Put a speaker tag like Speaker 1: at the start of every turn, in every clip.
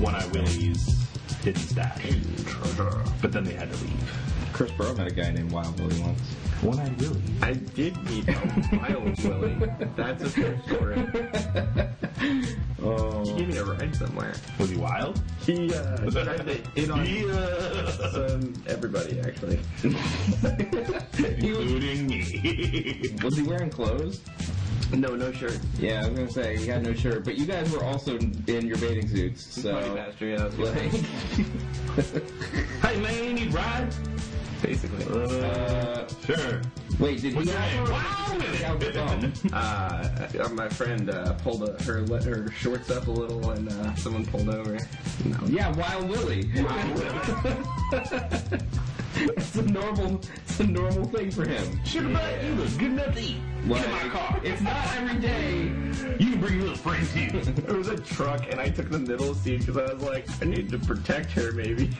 Speaker 1: One Eye Willie's did that. But then they had to leave.
Speaker 2: Chris Burrow met a guy named Wild Willie once.
Speaker 1: One Eye Willie.
Speaker 3: I did meet a wild Willie. That's a true story. He
Speaker 2: Oh.
Speaker 3: gave me a ride somewhere.
Speaker 1: Was he wild?
Speaker 3: He uh, tried to hit on some everybody actually.
Speaker 1: Including me.
Speaker 2: Was he wearing clothes?
Speaker 3: No, no shirt.
Speaker 2: Yeah, I was gonna say he had no shirt, but you guys were also in your bathing suits,
Speaker 3: Party
Speaker 2: so
Speaker 3: master, yeah, that was
Speaker 2: like,
Speaker 3: good.
Speaker 1: hey man, you ride?
Speaker 3: Basically.
Speaker 1: Uh,
Speaker 2: uh,
Speaker 1: sure.
Speaker 2: wait, did
Speaker 1: What's
Speaker 2: he
Speaker 1: your name? Wild
Speaker 2: have a
Speaker 1: Willie.
Speaker 2: thumb?
Speaker 3: Uh, uh, my friend uh, pulled a, her let her shorts up a little, and uh, someone pulled over. No.
Speaker 2: Yeah, Wild Willie. it's a normal, it's a normal thing for him.
Speaker 1: Sugar butt, you look good enough to eat.
Speaker 2: Like,
Speaker 1: Get in my car.
Speaker 2: It's not every day.
Speaker 1: You can bring your little friend too.
Speaker 3: There was a truck, and I took the middle seat because I was like, I need to protect her, maybe.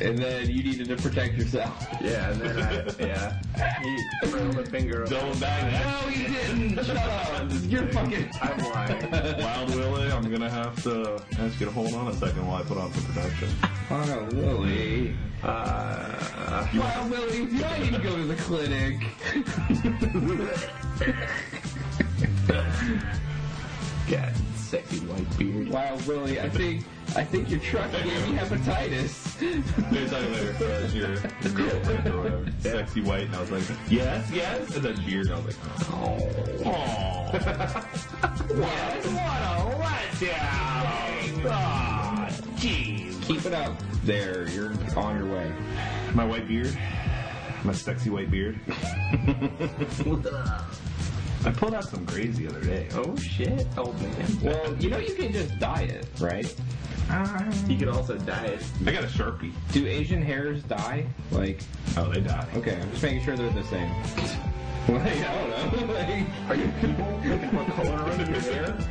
Speaker 2: And then you needed to protect yourself.
Speaker 3: Yeah, and then I, yeah, he rolled a finger. up.
Speaker 1: Double back that.
Speaker 2: No, you didn't. Shut up. You're fucking.
Speaker 3: I'm lying.
Speaker 1: Wild Willie, I'm gonna have to ask you to hold on a second while I put on some production.
Speaker 2: Wild Willie.
Speaker 3: Uh,
Speaker 2: Wild Willie, if you don't need to go to the clinic.
Speaker 3: yeah, sexy white beard.
Speaker 2: Wild Willie, I think, I think your truck gave me hepatitis.
Speaker 1: They were talking about her as your your girlfriend or whatever. Sexy white, and I was like, yes, yes. And then beard, and I was like,
Speaker 3: Oh.
Speaker 1: oh. what? What a
Speaker 3: Oh,
Speaker 1: letdown. God, jeez.
Speaker 2: Keep it up. There, you're on your way.
Speaker 1: My white beard. My sexy white beard. I pulled out some grays the other day.
Speaker 3: Oh shit, old man.
Speaker 2: Well, you know you can just dye it, right? Uh,
Speaker 3: You could also diet.
Speaker 1: I got a sharpie.
Speaker 2: Do Asian hairs dye? Like,
Speaker 1: Oh, they die.
Speaker 2: okay, I'm just making sure they're the same. Like, I don't know. Like,
Speaker 3: Are you people? what color are your hair?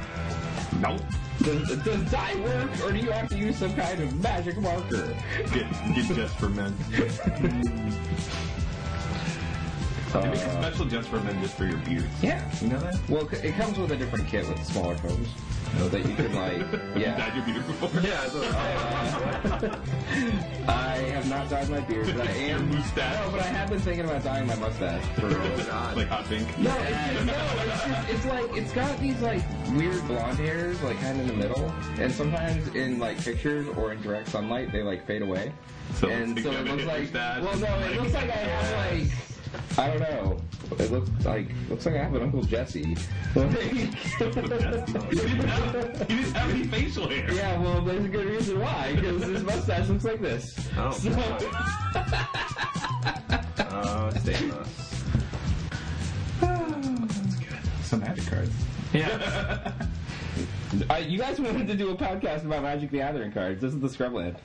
Speaker 1: Nope.
Speaker 2: does, does dye work, or do you have to use some kind of magic marker?
Speaker 1: Get, get just for men. They make a
Speaker 2: Uh,
Speaker 1: special just for men just for your beards.
Speaker 2: yeah.
Speaker 1: You know that?
Speaker 2: Well, c- it comes with a different kit with smaller phones. So that you can, like, yeah.
Speaker 1: Dyed your beard before.
Speaker 3: Yeah, that's what
Speaker 2: I have not dyed my beard, but I
Speaker 1: Your
Speaker 2: am. No,
Speaker 1: mustache.
Speaker 2: but I have been thinking about dyeing my mustache for
Speaker 3: God.
Speaker 1: like hot pink.
Speaker 2: No, it's, no, it's just, it's like, it's got these, like, weird blonde hairs, like, kind of in the middle, and sometimes in, like, pictures or in direct sunlight, they, like, fade away.
Speaker 1: So
Speaker 2: and
Speaker 1: it's
Speaker 2: so
Speaker 1: like
Speaker 2: it
Speaker 1: a
Speaker 2: looks
Speaker 1: hipster
Speaker 2: like,
Speaker 1: stash,
Speaker 2: well, no, it
Speaker 1: like-
Speaker 2: looks like I have, like, I don't know. It looks like, looks like I have an Uncle Jesse.
Speaker 1: he, didn't have, he didn't have any facial hair.
Speaker 2: yeah, well, there's a good reason why, because his mustache looks like this.
Speaker 3: Oh,
Speaker 2: So-
Speaker 3: Oh, same us.
Speaker 1: Some magic cards.
Speaker 2: Uh, you guys wanted to do a podcast about Magic the Gathering cards. This is the Scrubland,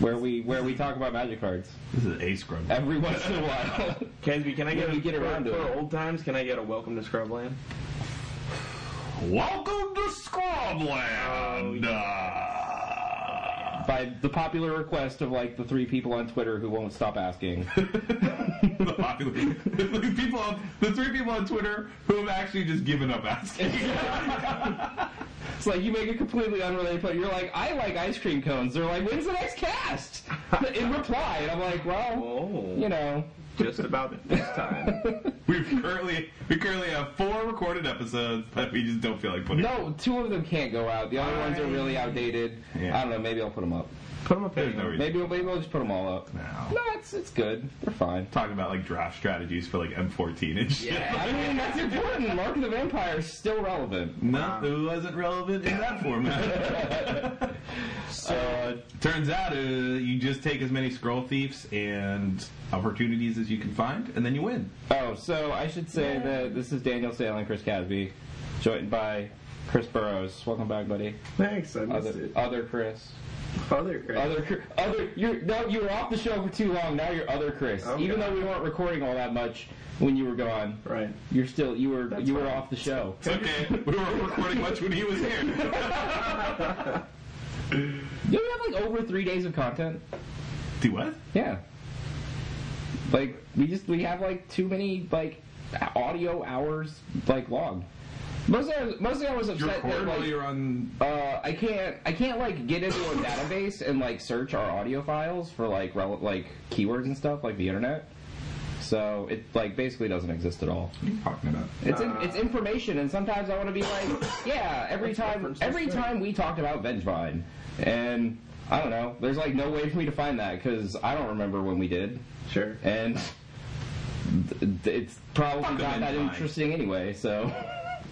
Speaker 2: where we where we talk about Magic cards
Speaker 1: This is ace scrub.
Speaker 2: every once in a while.
Speaker 3: Casby, can I
Speaker 2: Yeah,
Speaker 3: get a,
Speaker 2: we get around
Speaker 3: for,
Speaker 2: to it.
Speaker 3: for old times? Can I get a welcome to Scrubland?
Speaker 1: Welcome to Scrubland. Uh,
Speaker 2: By the popular request of like the three people on Twitter who won't stop asking.
Speaker 1: the popular the three people, on, the three people on Twitter who have actually just given up asking.
Speaker 2: It's like you make a completely unrelated point. You're like, I like ice cream cones. They're like, when's the next cast? In reply, and I'm like, well,
Speaker 3: Oh,
Speaker 2: you know,
Speaker 3: just about this time.
Speaker 1: We've currently we currently have four recorded episodes that we just don't feel like putting.
Speaker 2: no, two of them can't go out. The other ones are really outdated.
Speaker 1: Yeah.
Speaker 2: I don't know. Maybe I'll put them up.
Speaker 3: Put him up
Speaker 1: There's no
Speaker 3: there.
Speaker 1: reason.
Speaker 2: Maybe we'll, maybe we'll just put them all up.
Speaker 1: No.
Speaker 2: No, it's it's good. They're fine.
Speaker 1: Talking about like draft strategies for like M14 and shit.
Speaker 2: I mean, that's important. Mark of the Vampire is still relevant.
Speaker 1: No, it wasn't relevant in that format.
Speaker 2: Uh,
Speaker 1: Turns out uh, you just take as many scroll thieves and opportunities as you can find, and then you win.
Speaker 2: oh, so I should say that this is Daniel Sale and Chris Casby, joined by Chris Burrows. Welcome back, buddy.
Speaker 3: Thanks, I missed
Speaker 2: Other,
Speaker 3: it.
Speaker 2: other Chris.
Speaker 3: Other Chris.
Speaker 2: Other, Chris- other. You're no, you were off the show for too long. Now you're other Chris.
Speaker 3: Okay.
Speaker 2: Even though we weren't recording all that much when you were gone,
Speaker 3: Right.
Speaker 2: you're still you were
Speaker 3: That's
Speaker 2: you were
Speaker 3: fine.
Speaker 2: off the show.
Speaker 1: It's okay. we weren't recording much when he was here.
Speaker 2: You have like over three days of content.
Speaker 1: Do what?
Speaker 2: Yeah. Like we just we have like too many like audio hours like logged. Mostly, I was, mostly I was
Speaker 1: You're
Speaker 2: upset that
Speaker 1: recorded while
Speaker 2: like,
Speaker 1: you're on.
Speaker 2: uh, I can't I can't like get into a database and like search our audio files for like rel- like keywords and stuff like the internet. So it like basically doesn't exist at all.
Speaker 1: What are you talking about?
Speaker 2: It's in, it's information, and sometimes I want to be like, yeah, every time every time we talked about Vengevine, and I don't know, there's like no way for me to find that because I don't remember when we did,
Speaker 4: Sure.
Speaker 2: and th- it's probably
Speaker 1: Fuck the
Speaker 2: not that
Speaker 1: Vengevine.
Speaker 2: interesting anyway. So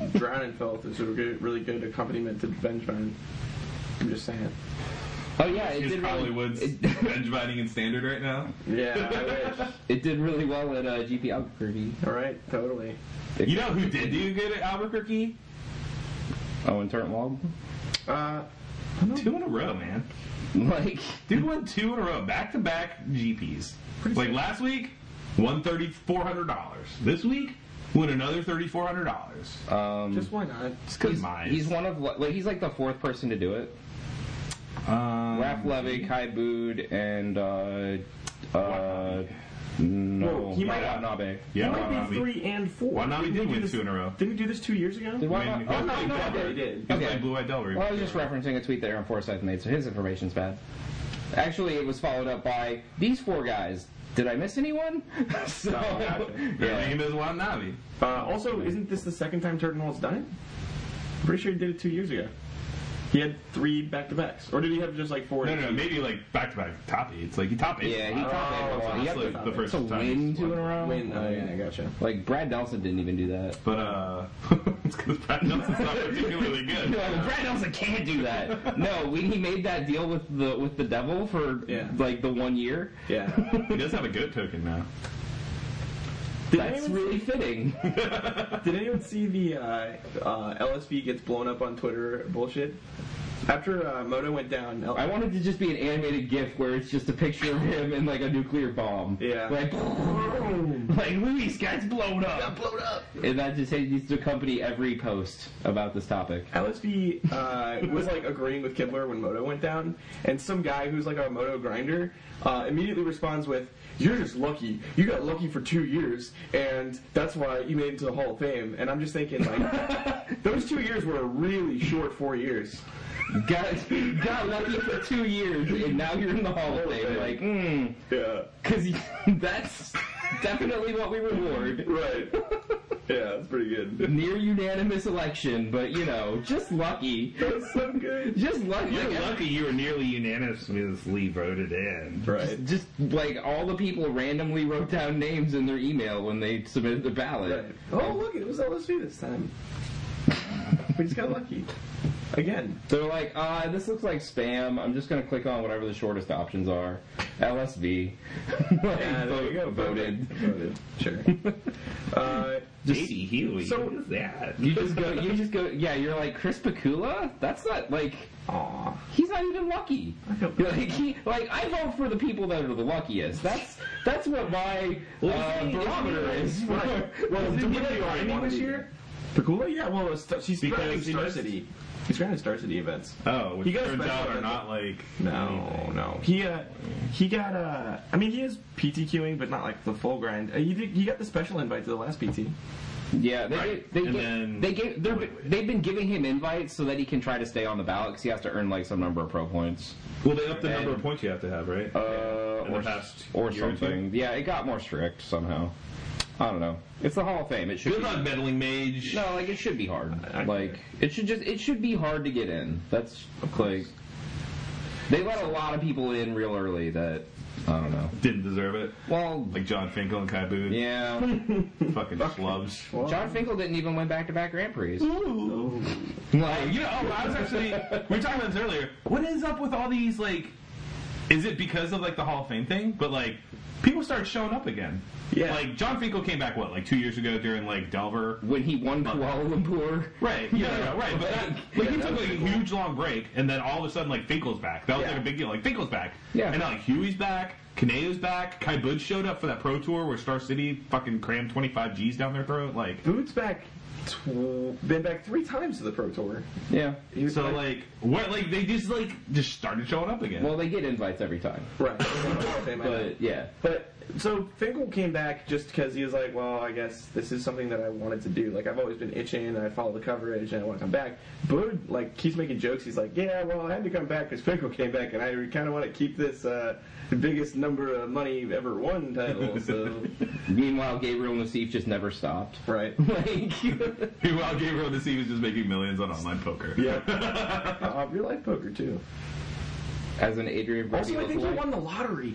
Speaker 4: Drown and Filth is a good, really good accompaniment to Benjamin. I'm just saying.
Speaker 2: oh yeah, it
Speaker 1: He's
Speaker 2: did really,
Speaker 1: Hollywood's
Speaker 2: it-
Speaker 1: bench binding in standard right now.
Speaker 4: Yeah, I wish.
Speaker 2: It did really well at uh, GP Albuquerque.
Speaker 4: All right, totally.
Speaker 1: You know who did do good at Albuquerque?
Speaker 2: Oh, and Turnt Wall?
Speaker 4: Uh,
Speaker 1: Two in a row, man.
Speaker 2: Like,
Speaker 1: Dude won two in a row, back to back GPs. Like last week, won thirty four hundred dollars. This week, won another thirty four hundred dollars.
Speaker 2: um,
Speaker 4: just why not?
Speaker 1: He's,
Speaker 2: he's one of li- like he's like the fourth person to do it.
Speaker 1: um,
Speaker 2: Raph Levy, Kai Bood, and uh, uh, no,
Speaker 3: Well, he might-
Speaker 2: Watanabe.
Speaker 1: yeah,
Speaker 3: might
Speaker 1: why
Speaker 3: be
Speaker 1: not?
Speaker 3: three and four.
Speaker 1: Why not? We
Speaker 3: Didn't
Speaker 1: did
Speaker 3: we do
Speaker 1: win
Speaker 3: this-
Speaker 1: two in a row.
Speaker 3: Didn't we do this two years ago?
Speaker 2: Did Watanabe?
Speaker 1: Wait,
Speaker 2: Oh, no, no,
Speaker 4: Yeah,
Speaker 2: okay.
Speaker 4: he did.
Speaker 1: He's
Speaker 2: Okay.
Speaker 1: like Blue Eyed Delver.
Speaker 2: Well, I was just referencing a tweet that Aaron Forsyth made, so his information's bad. Actually, it was followed up by these four guys. Did I miss anyone? so,
Speaker 4: gotcha.
Speaker 1: Their
Speaker 2: yeah.
Speaker 1: name is Watanabe.
Speaker 3: Uh, also, isn't this the second time Turtonwald's done it? I'm pretty sure he did it two years ago. He had three back to backs, or did he have just like four?
Speaker 1: No, no, no, maybe like back to back top eight. It's like you top eight.
Speaker 2: Yeah, he topped everyone.
Speaker 1: That's
Speaker 2: Yep.
Speaker 1: like the first
Speaker 2: to
Speaker 1: time.
Speaker 2: win two in a row.
Speaker 4: Win.
Speaker 3: uh,
Speaker 4: Oh, yeah, I gotcha.
Speaker 2: Like Brad Delson didn't even do that.
Speaker 1: But uh, it's because Brad Nelson's not particularly good.
Speaker 2: No, Brad Nelson can't do that. No, when he made that deal with the with the devil for
Speaker 4: Yeah.
Speaker 2: like the one year,
Speaker 4: Yeah.
Speaker 1: He does have a goat token now.
Speaker 3: Did
Speaker 2: that's
Speaker 3: anyone,
Speaker 2: really fitting.
Speaker 4: Did anyone see the uh, uh, LSV gets blown up on Twitter bullshit? After uh, Moto went down, L-
Speaker 2: I wanted to just be an animated GIF where it's just a picture of him and like a nuclear bomb.
Speaker 4: Yeah.
Speaker 2: Like, like Luis guy's blown up.
Speaker 4: blown up.
Speaker 2: And that just needs to accompany every post about this topic.
Speaker 4: LSV uh, was like agreeing with Kibler when Moto went down, and some guy who's like a Moto grinder uh, immediately responds with, "You're just lucky. You got lucky for two years, and that's why you made it to the Hall of Fame." And I'm just thinking, like, those two years were a really short four years.
Speaker 2: Got got lucky for two years and now you're in the Hall of Fame. Like, mm,
Speaker 4: Yeah,
Speaker 2: cause you- that's definitely what we reward.
Speaker 4: right. yeah, that's pretty good.
Speaker 2: near unanimous election, but you know, just lucky.
Speaker 4: That's so good.
Speaker 2: Just lucky.
Speaker 1: You're
Speaker 2: Like,
Speaker 1: lucky you were nearly unanimously voted in.
Speaker 4: Right.
Speaker 2: Just like all the people randomly wrote down names in their email when they submitted the ballot.
Speaker 4: Oh, look, it was LSV this time. we just got lucky. Again.
Speaker 2: They're like, ah, this looks like spam. I'm just gonna click on whatever the shortest options are. LSV. Like, vote- Voted.
Speaker 4: Voted. Sure. uh,
Speaker 1: J.D. Healy.
Speaker 4: So-
Speaker 1: what is that?
Speaker 2: You just go. You just go. Yeah, you're like Chris Pakula. That's not like
Speaker 4: aw.
Speaker 2: he's not even lucky.
Speaker 4: I feel
Speaker 2: Like he, like I vote for the people that are the luckiest. That's that's what my uh, barometer is. for-
Speaker 4: Well, did
Speaker 3: Did he
Speaker 4: he
Speaker 3: get
Speaker 4: already
Speaker 3: Grammy
Speaker 4: won
Speaker 3: this
Speaker 4: this
Speaker 3: year?
Speaker 4: year?
Speaker 3: Pagula? Yeah, well, it's- she's
Speaker 1: Because
Speaker 3: because
Speaker 1: he
Speaker 3: Star
Speaker 1: does-
Speaker 3: City.
Speaker 4: He's trying to Star City events.
Speaker 1: Oh, which
Speaker 3: You guys
Speaker 1: turns
Speaker 3: better
Speaker 1: out are
Speaker 3: than-
Speaker 1: not like.
Speaker 4: No, no. He,
Speaker 3: He uh, he got uh, I mean, he is PTQing, but not like the full grind. Uh, he did, he got the special invite to the last PT.
Speaker 2: Yeah, they
Speaker 1: Right.
Speaker 2: they,
Speaker 1: And
Speaker 2: get,
Speaker 1: then-
Speaker 2: they get they're,
Speaker 1: Wait, wait.
Speaker 2: they've been giving him invites so that he can try to stay on the ballot because he has to earn like some number of pro points
Speaker 1: Well, they up the number
Speaker 2: And-
Speaker 1: of points you have to have, right?
Speaker 2: uh,
Speaker 1: In the
Speaker 2: or
Speaker 1: past
Speaker 2: or
Speaker 1: year or two?
Speaker 2: something. yeah, it got more strict somehow. I don't know. It's the Hall of Fame. It should
Speaker 1: Good
Speaker 2: be,
Speaker 1: luck, meddling mage.
Speaker 2: no like it should be hard.
Speaker 3: I-
Speaker 2: like it should just it should be hard to get in. That's like they let a lot of people in real early that I don't know.
Speaker 1: Didn't deserve it.
Speaker 2: Well,
Speaker 1: Like John Finkel and Kai Boone.
Speaker 2: yeah.
Speaker 1: Fucking schlubs.
Speaker 2: John Finkel didn't even win back to back Grand Prix. Like,
Speaker 1: You know, oh, I was actually. We were talking about this earlier. What is up with all these, like. Is it because of, like, the Hall of Fame thing? But, like, people started showing up again.
Speaker 4: Yeah.
Speaker 1: Like, John Finkel came back, what, like two years ago during, like, Delver?
Speaker 2: when he won Kuala Lumpur.
Speaker 1: Right. Yeah, yeah, right. But that, like he took like a huge long break, and then all of a sudden like Finkel's back. That was
Speaker 4: Yeah.
Speaker 1: like a big deal. Like Finkel's back.
Speaker 2: Yeah.
Speaker 1: And now like Huey's back. Kaneo's back. Kai Bud showed up for that pro tour where Star City fucking crammed 25 G's down their throat. Like,
Speaker 3: Boots back, tw- been back three times to the Pro Tour.
Speaker 2: Yeah.
Speaker 3: He was
Speaker 1: so
Speaker 3: back-
Speaker 1: like, what? Like they just like just started showing up again.
Speaker 2: Well, they get invites every time.
Speaker 3: right. Same idea.
Speaker 2: But yeah.
Speaker 3: But so Finkel came back just because he was like, well, I guess this is something that I wanted to do. Like I've always been itching, and I follow the coverage, and I want to come back. Bud like keeps making jokes. He's like, yeah, well, I had to come back because Finkel came back, and I kind of want to keep this uh, the biggest number of money you've ever won title. So
Speaker 2: Meanwhile, Gabriel and Nassif just never stopped.
Speaker 3: right.
Speaker 2: Like,
Speaker 1: Meanwhile, Gabriel to see was just making millions on online poker.
Speaker 3: Yeah. uh, real life poker too.
Speaker 2: as an Adrian Brody
Speaker 3: Also, I think he
Speaker 2: lookalike.
Speaker 3: won the lottery.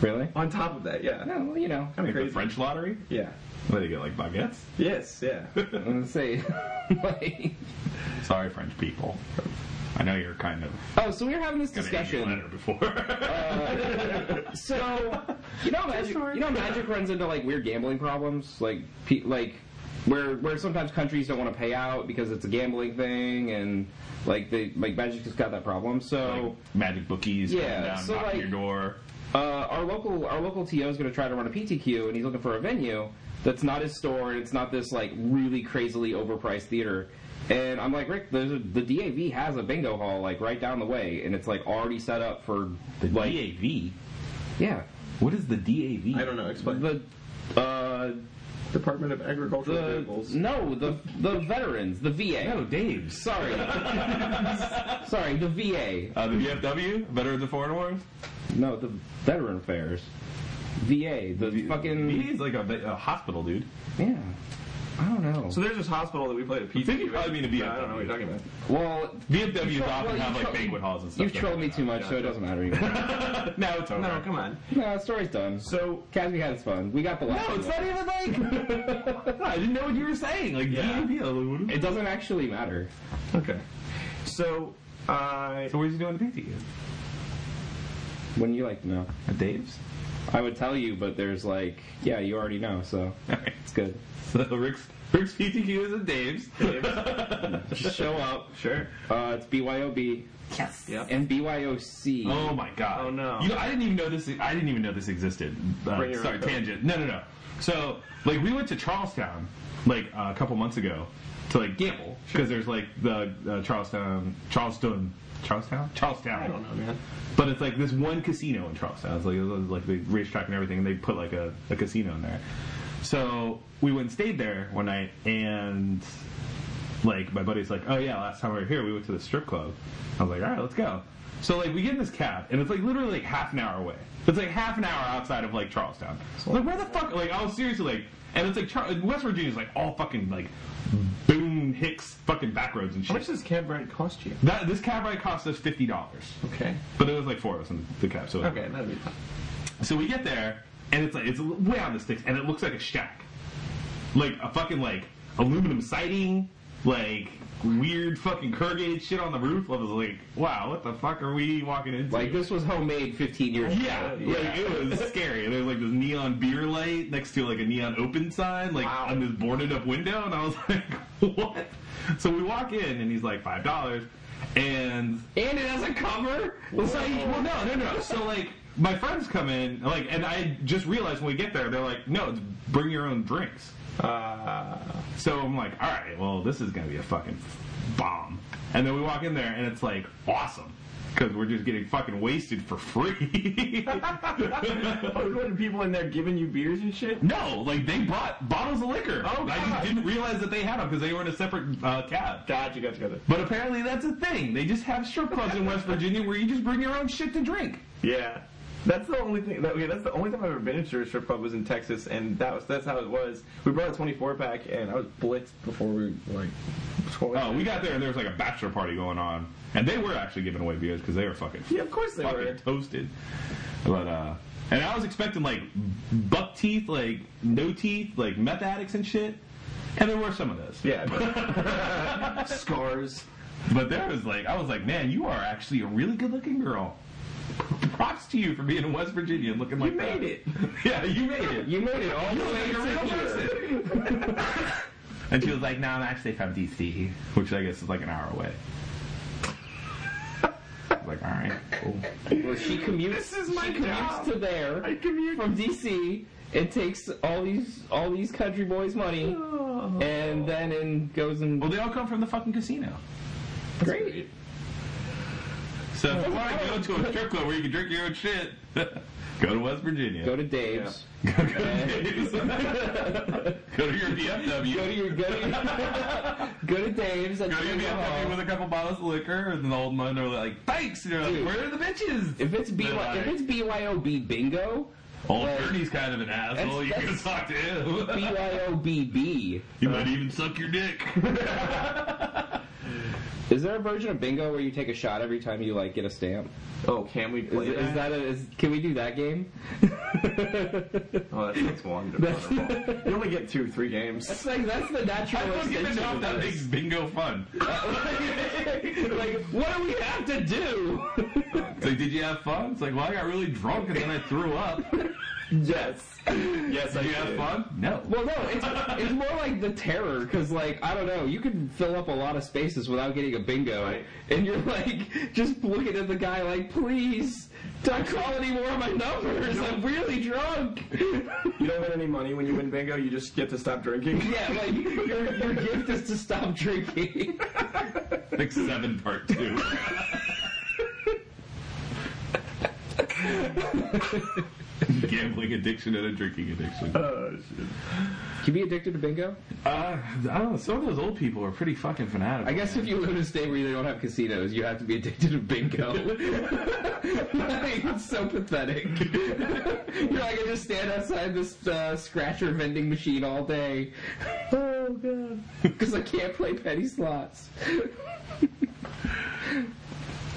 Speaker 2: Really?
Speaker 3: On top of that, yeah.
Speaker 2: No, well, you know.
Speaker 1: Like
Speaker 3: Crazy.
Speaker 1: the French lottery.
Speaker 3: Yeah.
Speaker 1: What do they get? Like baguettes.
Speaker 3: Yes, yeah.
Speaker 2: I'm gonna say. like,
Speaker 1: Sorry, French people. I know you're kind of
Speaker 2: oh, so we were having this
Speaker 1: gonna hate your
Speaker 2: discussion.
Speaker 1: letter before.
Speaker 2: So, you know, magic, you know, magic runs into like weird gambling problems, like pe- like where where sometimes countries don't want to pay out because it's a gambling thing, and like they like magic has got that problem. So,
Speaker 1: like, magic bookies
Speaker 2: Oh. Yeah,
Speaker 1: coming down,
Speaker 2: so,
Speaker 1: knocking
Speaker 2: like-
Speaker 1: your door.
Speaker 2: uh, our local our local TO is going to try to run a PTQ, and he's looking for a venue that's not his store and it's not this like really crazily overpriced theater. And I'm like, Rick, there's a, the DAV has a bingo hall like right down the way, and it's like already set up for
Speaker 1: The
Speaker 2: like
Speaker 1: DAV.
Speaker 2: yeah
Speaker 1: What is the DAV?
Speaker 3: I don't know. Explain.
Speaker 2: the. Uh,
Speaker 3: Department of Agricultural
Speaker 2: The
Speaker 3: Vehicles.
Speaker 2: no, the the veterans, the VA.
Speaker 1: No, Dave's.
Speaker 2: Sorry, sorry, the VA.
Speaker 1: Uh, the VFW, Veterans of Foreign Wars.
Speaker 2: No, the veteran affairs. VA, the fucking
Speaker 1: VA's like a, a hospital, dude.
Speaker 2: yeah. I don't know.
Speaker 3: So there's this hospital that we played a PT.
Speaker 1: think you probably mean a
Speaker 3: I don't know what you're talking about.
Speaker 2: well,
Speaker 1: VFWs
Speaker 2: Well,
Speaker 1: often
Speaker 2: well,
Speaker 1: have
Speaker 2: you
Speaker 1: like
Speaker 2: told-
Speaker 1: banquet halls and stuff.
Speaker 2: you've trolled me too much, so it doesn't matter anymore.
Speaker 1: Now it's over.
Speaker 3: No, come on.
Speaker 2: no, story's done.
Speaker 3: So
Speaker 2: Casby had his fun. We got the last.
Speaker 1: No, it's
Speaker 2: one.
Speaker 1: not even like. I didn't know what you were saying. Like
Speaker 3: Yeah.
Speaker 1: DAV. like, what is-
Speaker 2: It doesn't actually matter.
Speaker 3: okay. So I
Speaker 1: So where's he doing the PT?
Speaker 2: Wouldn't you like to know?
Speaker 1: At Dave's.
Speaker 2: I would tell you, but there's like, yeah, you already know, so
Speaker 1: Alright.
Speaker 2: it's good.
Speaker 1: So Rick's Rick's PTQ is at Dave's.
Speaker 2: Just show up.
Speaker 3: sure.
Speaker 2: Uh, it's BYOB
Speaker 3: Yep.
Speaker 2: and BYOC.
Speaker 1: Oh my god.
Speaker 3: Oh, no.
Speaker 1: You know, I didn't even know this. I didn't even know this existed. Uh,
Speaker 3: Bring your
Speaker 1: sorry,
Speaker 3: own coat.
Speaker 1: tangent. No, no, no. So, like, we went to Charlestown like a couple months ago to like gamble because there's like the uh, Charlestown, Charleston, Charlestown, Charlestown.
Speaker 3: I don't know, man.
Speaker 1: But it's like this one casino in Charleston. It's like it was like the racetrack and everything, and they put like a, a casino in there. So we went and stayed there one night, and like my buddy's like, "Oh yeah, last time we were here, we went to the strip club." I was like, "All right, let's go." So like we get in this cab, and it's like literally like half an hour away. It's like half an hour outside of like Charlestown. like where the fuck? Like I was seriously like, and it's like Char- West Virginia's like all fucking like boom hicks fucking back roads and
Speaker 3: How much
Speaker 1: shit.
Speaker 3: does cab rent cost you?
Speaker 1: That this cab ride cost us fifty dollars.
Speaker 3: Okay.
Speaker 1: But it was like four of us in the cab, so it was
Speaker 3: Okay, that'd be fine.
Speaker 1: so we get there, and it's like it's way on the sticks, and it looks like a shack, like a fucking like aluminum siding, like weird fucking corrugated shit on the roof. I was like, wow, what the fuck are we walking into?
Speaker 2: Like this was homemade 15 years ago.
Speaker 1: yeah, like it was scary. There was like this neon beer light next to like a neon open sign, like
Speaker 3: Wow.
Speaker 1: on this boarded up window, and I was like, what? So we walk in, and he's like five dollars, and
Speaker 2: And it has a cover.
Speaker 1: it's like, well, no, no, no. So like, my friends come in, like, and I just realized when we get there, they're like, no, it's bring your own drinks.
Speaker 3: Uh,
Speaker 1: So I'm like, all right, well, this is gonna be a fucking bomb. And then we walk in there, and it's like awesome because we're just getting fucking wasted for free.
Speaker 3: oh, there were people in there giving you beers and shit?
Speaker 1: no, like they brought bottles of liquor.
Speaker 3: Oh,
Speaker 1: I just
Speaker 3: God.
Speaker 1: didn't realize that they had them because they were in a separate uh, cab.
Speaker 3: Gotcha, gotcha, gotcha.
Speaker 1: But apparently that's a thing. They just have strip clubs in West Virginia where you just bring your own shit to drink.
Speaker 3: Yeah. That's the only thing. That, okay, that's the only time I've ever been to a strip club was in Texas, and that was that's how it was. We brought a 24 pack, and I was blitzed before we like.
Speaker 1: Oh, we got there and there was like a bachelor party going on, and they were actually giving away beers because they were fucking
Speaker 3: Yeah, of course they
Speaker 1: fucking
Speaker 3: were.
Speaker 1: toasted. But uh, and I was expecting like buck teeth, like no teeth, like meth addicts and shit. And there were some of those.
Speaker 3: Yeah. but- Scars.
Speaker 1: But there was like, I was like, man, you are actually a really good looking girl. Props to you for being in West Virginia and looking like
Speaker 3: You
Speaker 1: that.
Speaker 3: made it.
Speaker 1: Yeah, you made it.
Speaker 2: You made it all the way to
Speaker 1: You're a real
Speaker 2: here.
Speaker 1: person. and she was like, "No, I'm actually from DC," which I guess is like an hour away. Like, like, all right, cool.
Speaker 2: Well, she commutes.
Speaker 4: This is my
Speaker 2: she commutes
Speaker 4: job.
Speaker 2: to there
Speaker 4: I commute.
Speaker 2: from DC and takes all these all these country boys' money, and then and goes and
Speaker 1: Well, they all come from the fucking casino.
Speaker 2: great.
Speaker 1: So if you want to go to a strip club where you can drink your own shit, go to West Virginia.
Speaker 2: Go to Dave's.
Speaker 1: Go to your DFW.
Speaker 2: Go to your go to, your, go to Dave's. and
Speaker 1: Go to your
Speaker 2: drink
Speaker 1: DFW
Speaker 2: alcohol.
Speaker 1: with a couple bottles of liquor, and the old men are like, "Thanks." And you're like,
Speaker 2: Dude.
Speaker 1: "Where are the bitches?"
Speaker 2: If it's BY, if it's BYOB bingo,
Speaker 1: old
Speaker 2: like-
Speaker 1: Ernie's kind of an asshole. You can
Speaker 2: that's-
Speaker 1: talk to him.
Speaker 2: BYOBB.
Speaker 1: He might even suck your dick.
Speaker 2: Is there a version of bingo where you take a shot every time you like get a stamp?
Speaker 3: Oh, can we
Speaker 2: Is,
Speaker 3: play
Speaker 2: is
Speaker 3: that?
Speaker 2: that a, is, can we do that game?
Speaker 3: Oh, that sounds wonderful. you only get two, three games.
Speaker 2: That's like that's the natural
Speaker 1: I don't
Speaker 2: extension.
Speaker 1: even know
Speaker 2: of
Speaker 1: if that
Speaker 2: this.
Speaker 1: makes bingo fun.
Speaker 2: like, what do we have to do?
Speaker 1: It's like, did you have fun? It's like, well, I got really drunk and then I threw up. Did
Speaker 3: Yes. Yes, I
Speaker 1: you have
Speaker 3: did.
Speaker 1: fun? No.
Speaker 2: well, no, it's, it's more like the terror, because, like, I don't know, you can fill up a lot of spaces without getting a bingo,
Speaker 3: Right.
Speaker 2: and you're, like, just looking at the guy, like, please, don't call any more of my numbers, I'm really drunk.
Speaker 3: You don't win any money when you win bingo, you just get to stop drinking.
Speaker 2: yeah, like, your, your gift is to stop drinking.
Speaker 1: Like seven part two. Gambling addiction and a drinking addiction.
Speaker 2: Can you be addicted to bingo?
Speaker 1: Uh, I don't know. Some of those old people are pretty fucking
Speaker 2: I
Speaker 1: fanatical.
Speaker 2: guess if you live in a state where they don't have casinos, you have to be addicted to bingo. Like, it's so pathetic. You're like, I just stand outside this uh, scratcher vending machine all day. Oh, God. Because I can't play petty slots.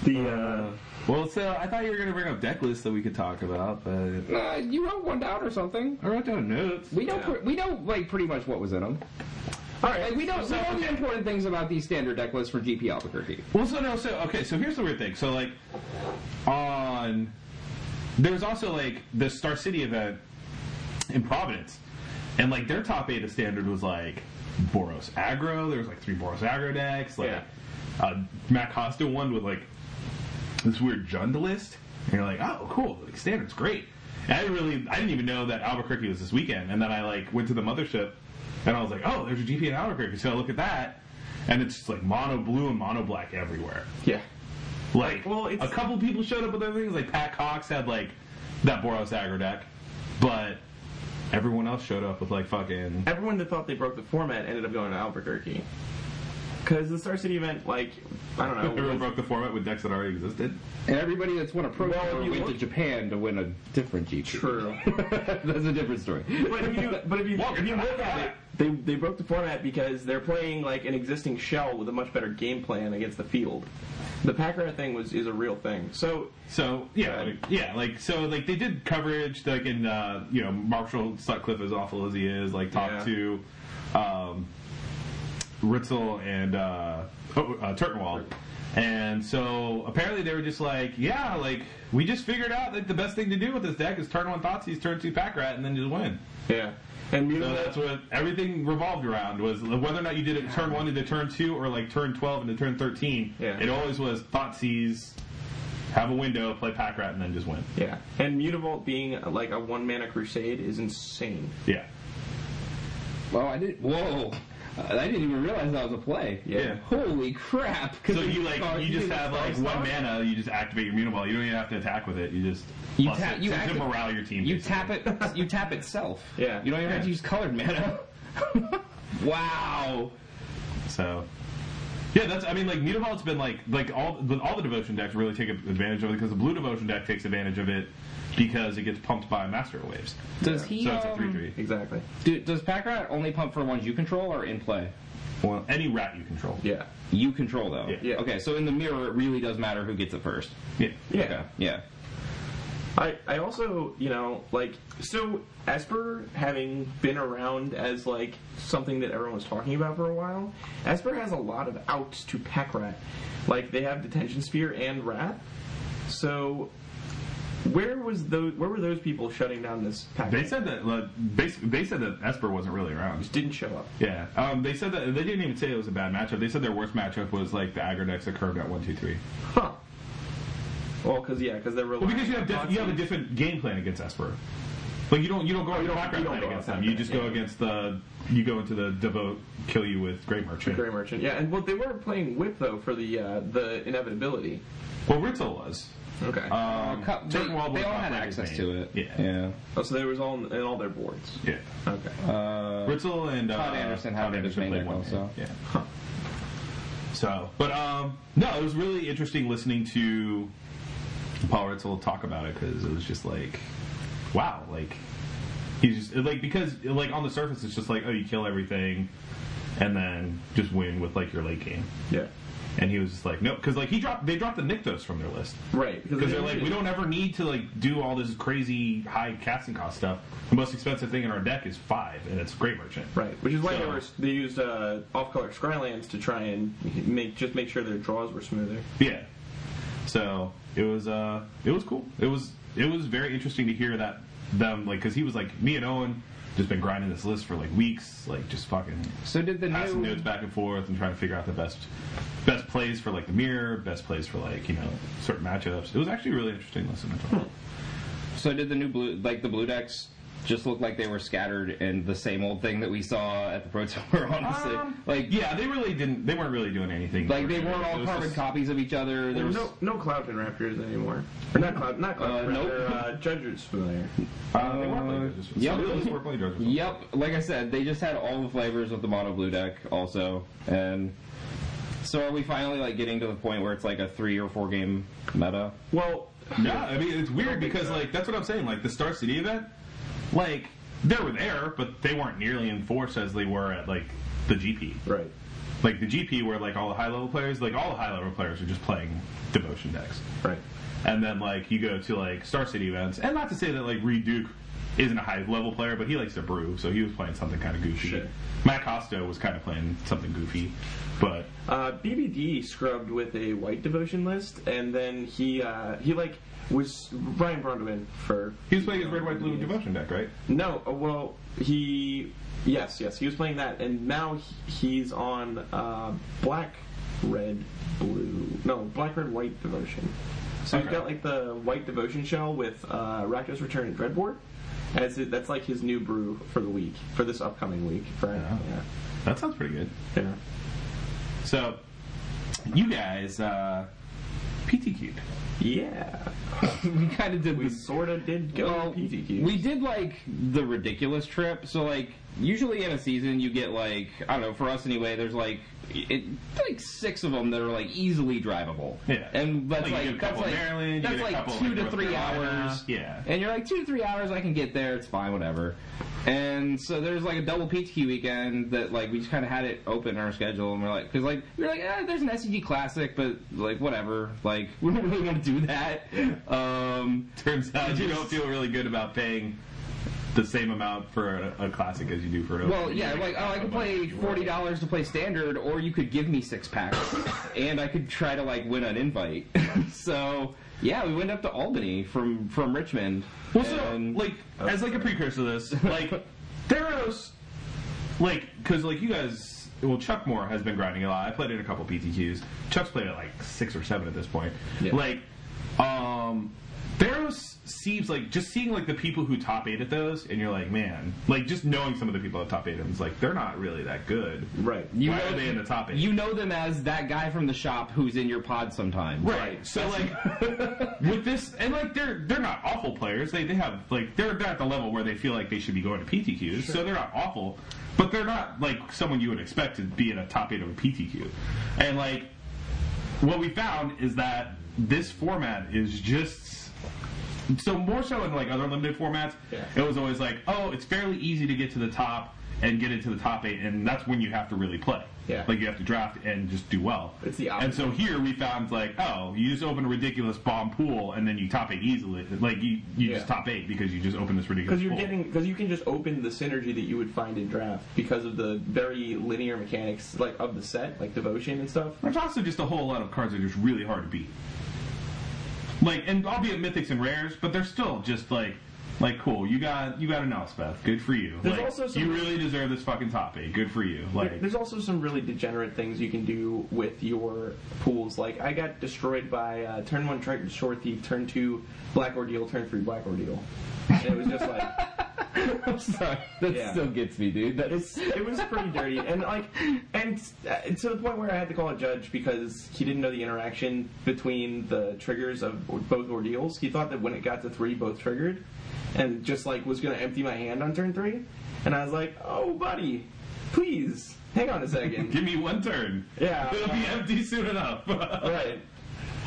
Speaker 3: The, uh,
Speaker 1: Well, so I thought you were gonna bring up deck lists that we could talk about, but
Speaker 2: Uh, you wrote one down or something.
Speaker 1: I wrote down notes.
Speaker 2: We know, pre- we know, like, pretty much what was in them. All right, like, we know, we know the important things about these standard deck lists for GP Albuquerque.
Speaker 1: Well, so no, so okay, so here's the weird thing. So like, on there was also like the Star City event in Providence, and like their top eight of standard was like Boros aggro. There was like three Boros aggro decks. Like, uh, Matt Costa won with like this weird Jund list, and you're like, oh, cool, like, standard's great. And I didn't really, I didn't even know that Albuquerque was this weekend, and then I like went to the mothership, and I was like, oh, there's a GP in Albuquerque, so I look at that, and it's just like mono blue and mono black everywhere.
Speaker 3: yeah.
Speaker 1: Like,
Speaker 3: Well, it's-
Speaker 1: a couple people showed up with other things, like Pat Cox had like that Boros aggro deck, but everyone else showed up with like fucking.
Speaker 3: Everyone that thought they broke the format ended up going to Albuquerque. Because the Star City event, like, I don't know.
Speaker 1: Everyone
Speaker 3: was-
Speaker 1: broke the format with decks that already existed.
Speaker 2: And everybody that's won a pro
Speaker 3: Well, if
Speaker 2: tour
Speaker 3: you
Speaker 2: went to
Speaker 3: look-
Speaker 2: Japan to win a different GP.
Speaker 3: True.
Speaker 2: that's a different story.
Speaker 3: But if you, but if you,
Speaker 1: Walker.
Speaker 3: if you look at it, they, they broke the format because they're playing like an existing shell with a much better game plan against the field. The Packrat thing was is a real thing. So
Speaker 1: So yeah, like, yeah, like so, like they did coverage, like in uh, you know Marshall Sutcliffe, as awful as he is, like top
Speaker 3: Yeah.
Speaker 1: two, um, Ritzel and uh, oh, uh, Turtenwald, and so apparently they were just like, yeah, like we just figured out that the best thing to do with this deck is turn one Thoughtseize, turn two Packrat, and then just win.
Speaker 3: yeah, and
Speaker 1: So
Speaker 3: Mutant
Speaker 1: that's what everything revolved around was whether or not you did it turn one into turn two or like turn twelve into turn thirteen.
Speaker 3: Yeah.
Speaker 1: It always was Thoughtseize, have a window, play Packrat, and then just win.
Speaker 3: yeah, and Mutavolt being like a one mana crusade is insane.
Speaker 1: Yeah.
Speaker 2: Well, I didn't. Whoa. Uh, I didn't even realize that was a play.
Speaker 1: Yeah.
Speaker 2: Holy crap! 'cause
Speaker 1: So
Speaker 2: they
Speaker 1: you
Speaker 2: just
Speaker 1: like
Speaker 2: call-
Speaker 1: you just
Speaker 2: they
Speaker 1: have
Speaker 2: call
Speaker 1: like
Speaker 2: it
Speaker 1: one
Speaker 2: star.
Speaker 1: mana, you just activate your Muniball. You don't even have to attack with it. You just
Speaker 2: You
Speaker 1: plus
Speaker 2: tap-
Speaker 1: it.
Speaker 2: you
Speaker 1: So
Speaker 2: acti-
Speaker 1: can morale your team.
Speaker 2: You
Speaker 1: basically.
Speaker 2: tap it. You tap itself.
Speaker 3: Yeah.
Speaker 2: You don't even have to
Speaker 1: Yeah.
Speaker 2: use colored mana. wow.
Speaker 1: So yeah, that's I mean like Mutavault's been like like all the, all the devotion decks really take advantage of it because the blue devotion deck takes advantage of it because it gets pumped by master waves.
Speaker 2: Does
Speaker 1: So
Speaker 2: he?
Speaker 1: it's a
Speaker 2: um,
Speaker 1: three three.
Speaker 3: Exactly.
Speaker 2: do- does Packrat only pump for ones you control or in play?
Speaker 1: Well, any rat you control.
Speaker 3: Yeah.
Speaker 2: You control though.
Speaker 1: Yeah.
Speaker 3: Yeah.
Speaker 2: Okay, so in the mirror, it really does matter who gets it first.
Speaker 1: Yeah.
Speaker 3: Yeah.
Speaker 2: Okay. Yeah.
Speaker 3: I, I also, you know, like, so Esper having been around as, like, something that everyone was talking about for a while, Esper has a lot of outs to Pack Rat. Like, they have Detention Spear and Rat. So, where was those, where were those people shutting down this Pack
Speaker 1: They
Speaker 3: Rat?
Speaker 1: said that like, basically they said that Esper wasn't really around.
Speaker 3: Just didn't show up.
Speaker 1: Yeah, um, they said that they didn't even say it was a bad matchup. They said their worst matchup was like the aggro decks that curved at one two three.
Speaker 3: Huh. Well, because yeah, because they're
Speaker 1: Well,
Speaker 3: relying.
Speaker 1: because you have
Speaker 3: on
Speaker 1: diff- you have a
Speaker 3: Foxy.
Speaker 1: different game plan against Esper. Like you don't you don't go you don't background
Speaker 3: you don't
Speaker 1: plan
Speaker 3: go
Speaker 1: against
Speaker 3: out
Speaker 1: them. You just go against the you go into the devote kill you with Great Merchant.
Speaker 3: Grey Merchant. Yeah, and well, they were playing Whip though for the uh, the inevitability.
Speaker 1: Well, Ritzel was.
Speaker 3: Okay.
Speaker 1: Um,
Speaker 2: Cu- Uh, they,
Speaker 1: Certain World
Speaker 2: they
Speaker 1: was
Speaker 2: all
Speaker 1: not
Speaker 2: had
Speaker 1: great
Speaker 2: access
Speaker 1: game.
Speaker 2: to it.
Speaker 1: Yeah,
Speaker 2: Yeah.
Speaker 3: oh, so they was all in, in all their boards.
Speaker 1: yeah.
Speaker 3: Okay.
Speaker 2: Uh,
Speaker 1: Ritzel and uh,
Speaker 2: Todd Anderson had it as main
Speaker 1: played
Speaker 2: deck
Speaker 1: one
Speaker 2: also.
Speaker 1: game. Yeah. So, but um, no, it was really interesting listening to Paul Ritzel talk about it because it was just like, wow, like he's just like because like on the surface it's just like oh you kill everything and then just win with like your late game
Speaker 3: Yeah.
Speaker 1: and he was just like no because like he dropped they dropped the Nykthos from their list
Speaker 3: Right.
Speaker 1: because they're like we don't ever need to like do all this crazy high casting cost stuff the most expensive thing in our deck is five and it's Great Merchant
Speaker 3: Right, which is why they,
Speaker 1: So-
Speaker 3: were, they used uh, off-color Skylands to try and make just make sure their draws were smoother.
Speaker 1: Yeah. So it was uh it was cool. It was it was very interesting to hear that them like because he was like me and Owen just been grinding this list for like weeks, like just fucking
Speaker 2: so did the
Speaker 1: passing
Speaker 2: new
Speaker 1: notes back and forth and trying to figure out the best best plays for like the mirror, best plays for like you know certain matchups. It was actually really interesting listening to. Him.
Speaker 2: so did the new blue like the blue decks just look like they were scattered and the same old thing that we saw at the pro tour. Honestly,
Speaker 3: Um,
Speaker 2: like
Speaker 1: Yeah, they really didn't. They weren't really doing anything.
Speaker 2: like they
Speaker 1: It
Speaker 2: weren't all
Speaker 1: was
Speaker 2: carbon
Speaker 1: just-
Speaker 2: copies of each other. There
Speaker 3: There
Speaker 2: was
Speaker 3: no no Cloudton Raptors anymore. Or not Cloud, not Cloudton
Speaker 2: Uh, nope.
Speaker 3: Raptor, uh, Judges familiar.
Speaker 1: Uh, they weren't playing judges.
Speaker 2: yep.
Speaker 1: Some of those were playing judges.
Speaker 2: Yep, like I said, they just had all the flavors of the mono blue deck also, and so are we finally like getting to the point where it's like a three or four game meta?
Speaker 3: Well,
Speaker 1: Yeah, I mean it's weird because like that's what I'm saying. Like the Star City event, like they were there, but they weren't nearly enforced as they were at like the GP.
Speaker 3: right.
Speaker 1: Like the GP, where like all the high level players, like all the high level players are just playing devotion decks,
Speaker 3: Right.
Speaker 1: and then like you go to like Star City events, and not to say that like Reed Duke isn't a high level player, but he likes to brew, so he was playing something kind of goofy.
Speaker 3: Sure.
Speaker 1: Matt Costa was kind of playing something goofy, but
Speaker 3: Uh, BBD scrubbed with a white devotion list, and then he uh, he like was Brian Bronwyn for
Speaker 1: he was playing his red white blue devotion deck, right?
Speaker 3: No, uh, well, he. Yes, yes, he was playing that, and now he- he's on uh, black, red, blue. No, black, red, white devotion. So he's
Speaker 1: Okay.
Speaker 3: got like the white devotion shell with uh, Rakdos Return and Dreadboard. As it, that's like his new brew for the week, for this upcoming week. For,
Speaker 1: Yeah.
Speaker 3: yeah.
Speaker 1: That sounds pretty good.
Speaker 3: yeah.
Speaker 1: So, you guys, uh, PTQ'd.
Speaker 3: Yeah.
Speaker 2: we kind of did
Speaker 3: We
Speaker 2: this.
Speaker 3: sort of did go
Speaker 2: Well,
Speaker 3: PTQ.
Speaker 2: we did like the ridiculous trip. So like usually in a season you get like I don't know for us anyway. There's like it, like six of them that are like easily drivable.
Speaker 1: Yeah.
Speaker 2: and that's
Speaker 1: Like,
Speaker 2: like,
Speaker 1: you get a
Speaker 2: that's
Speaker 1: couple in
Speaker 2: like
Speaker 1: Maryland, you
Speaker 2: that's
Speaker 1: get a
Speaker 2: like
Speaker 1: couple in,
Speaker 2: two
Speaker 1: like,
Speaker 2: to
Speaker 1: North
Speaker 2: three
Speaker 1: Carolina.
Speaker 2: hours.
Speaker 1: Yeah.
Speaker 2: and you're like two to three hours. I can get there. It's fine. Whatever. And so there's like a double PTQ weekend that like we just kind of had it open in our schedule, and we're like, because like we we're like, eh, there's an SEG classic, but like whatever, like we don't really want to do that. Um,
Speaker 1: Turns out you don't feel really good about paying the same amount for a, a classic as you do for an
Speaker 2: Well,
Speaker 1: open.
Speaker 2: yeah, like oh, I could play forty dollars to play standard, or you could give me six packs, and I could try to like win an invite. so yeah, we went up to Albany from from Richmond.
Speaker 1: Well, so,
Speaker 2: and-
Speaker 1: like, as like a precursor to this, like, Theros, like, because, like, you guys, well, Chuck Moore has been grinding a lot. I played in a couple PTQs. Chuck's played at, like, six or seven at this point.
Speaker 3: Yeah.
Speaker 1: Like, um, Theros seems like, just seeing, like, the people who top eight at those, and you're like, man, like, just knowing some of the people that top eight them, it's like, they're not really that good.
Speaker 3: right.
Speaker 2: you
Speaker 1: Why
Speaker 2: know,
Speaker 1: are they in the top eight?
Speaker 2: you know them as that guy from the shop who's in your pod sometimes.
Speaker 1: Right. So like with this and like they're they're not awful players. They they have like they're they're at the level where they feel like they should be going to PTQs. So they're not awful, but they're not like someone you would expect to be in a top eight of a PTQ. And like what we found is that this format is just so more so in like other limited formats,
Speaker 3: Yeah.
Speaker 1: it was always like, oh, it's fairly easy to get to the top and get into the top eight, and that's when you have to really play.
Speaker 3: Yeah.
Speaker 1: Like you have to draft and just do well.
Speaker 3: It's the
Speaker 1: And so here we found like, oh, you just open a ridiculous bomb pool and then you top eight easily. Like you, you just
Speaker 3: Yeah.
Speaker 1: top eight because you just open this ridiculous.
Speaker 3: Because you're
Speaker 1: pool.
Speaker 3: getting because you can just open the synergy that you would find in draft because of the very linear mechanics like of the set, like devotion and stuff.
Speaker 1: There's also just a whole lot of cards that are just really hard to beat. Like, and albeit mythics and rares, but they're still just like Like, cool. You got you got an Elspeth. Good for you.
Speaker 3: There's
Speaker 1: Like,
Speaker 3: also some-
Speaker 1: you really deserve this fucking top eight. Good for you. Like,
Speaker 3: There's also some really degenerate things you can do with your pools. Like I got destroyed by uh, turn one Triton Shore Thief, turn two Black Ordeal, turn three Black Ordeal. And it was just like
Speaker 2: I'm sorry. That
Speaker 3: Yeah.
Speaker 2: still gets me, dude. That is.
Speaker 3: it's it was pretty dirty and like and uh, to the point where I had to call a judge because he didn't know the interaction between the triggers of both ordeals. He thought that when it got to three, both triggered, and just like was gonna empty my hand on turn three, and I was like, oh buddy, please hang on a second.
Speaker 1: give me one turn.
Speaker 3: yeah.
Speaker 1: It'll be empty soon enough.
Speaker 3: Right.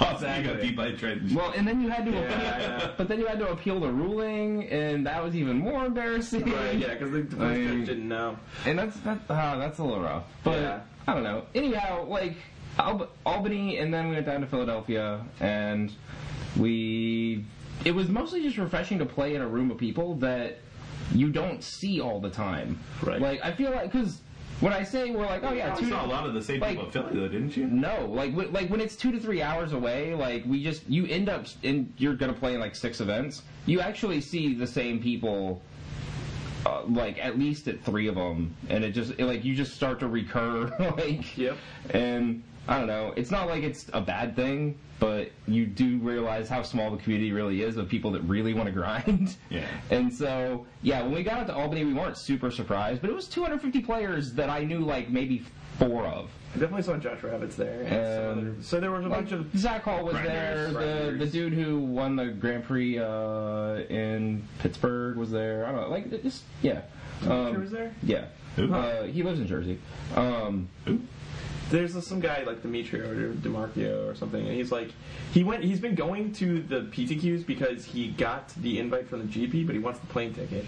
Speaker 1: also, you got
Speaker 3: Exactly.
Speaker 1: deep by trench.
Speaker 2: Well, and then you had to,
Speaker 3: yeah.
Speaker 2: but then you had to appeal the ruling, and that was even more embarrassing.
Speaker 3: Right, yeah, because the first
Speaker 2: I-
Speaker 3: judge didn't know.
Speaker 2: And that's that. Uh, that's a little rough. But
Speaker 3: Yeah.
Speaker 2: I don't know. Anyhow, like Alb- Albany, and then we went down to Philadelphia, and we. It was mostly just refreshing to play in a room of people that you don't see all the time.
Speaker 3: Right.
Speaker 2: Like I feel like because when I say we're like, oh yeah,
Speaker 1: you
Speaker 2: two.
Speaker 1: saw a lot of the same
Speaker 2: like-
Speaker 1: people at Philly, though, didn't you?
Speaker 2: No, like w- like when it's two to three hours away, like we just you end up in you're gonna play in like six events. You actually see the same people, uh, like at least at three of them, and it just it, like you just start to recur, like
Speaker 3: Yep.
Speaker 2: And I don't know, it's not like it's a bad thing, but you do realize how small the community really is of people that really want to grind.
Speaker 1: Yeah.
Speaker 2: And so, yeah, when we got out to Albany, we weren't super surprised, but it was 250 players that I knew like maybe four of.
Speaker 3: I definitely saw Josh Rabbits there. and some
Speaker 2: Um,
Speaker 3: other- so there was a bunch of.
Speaker 2: Zach Hall was
Speaker 1: Grinders,
Speaker 2: there. The, the
Speaker 3: grinders.
Speaker 2: dude who won the Grand Prix uh, in Pittsburgh was there. I don't know, like it just yeah. Um,
Speaker 3: was there?
Speaker 2: Yeah.
Speaker 1: Who?
Speaker 2: Uh, he lives in Jersey. Um,
Speaker 3: There's some guy like Demetrio or Demarcio or something, and he's like, he went. He's been going to the PTQs because he got the invite from the GP, but he wants the plane ticket.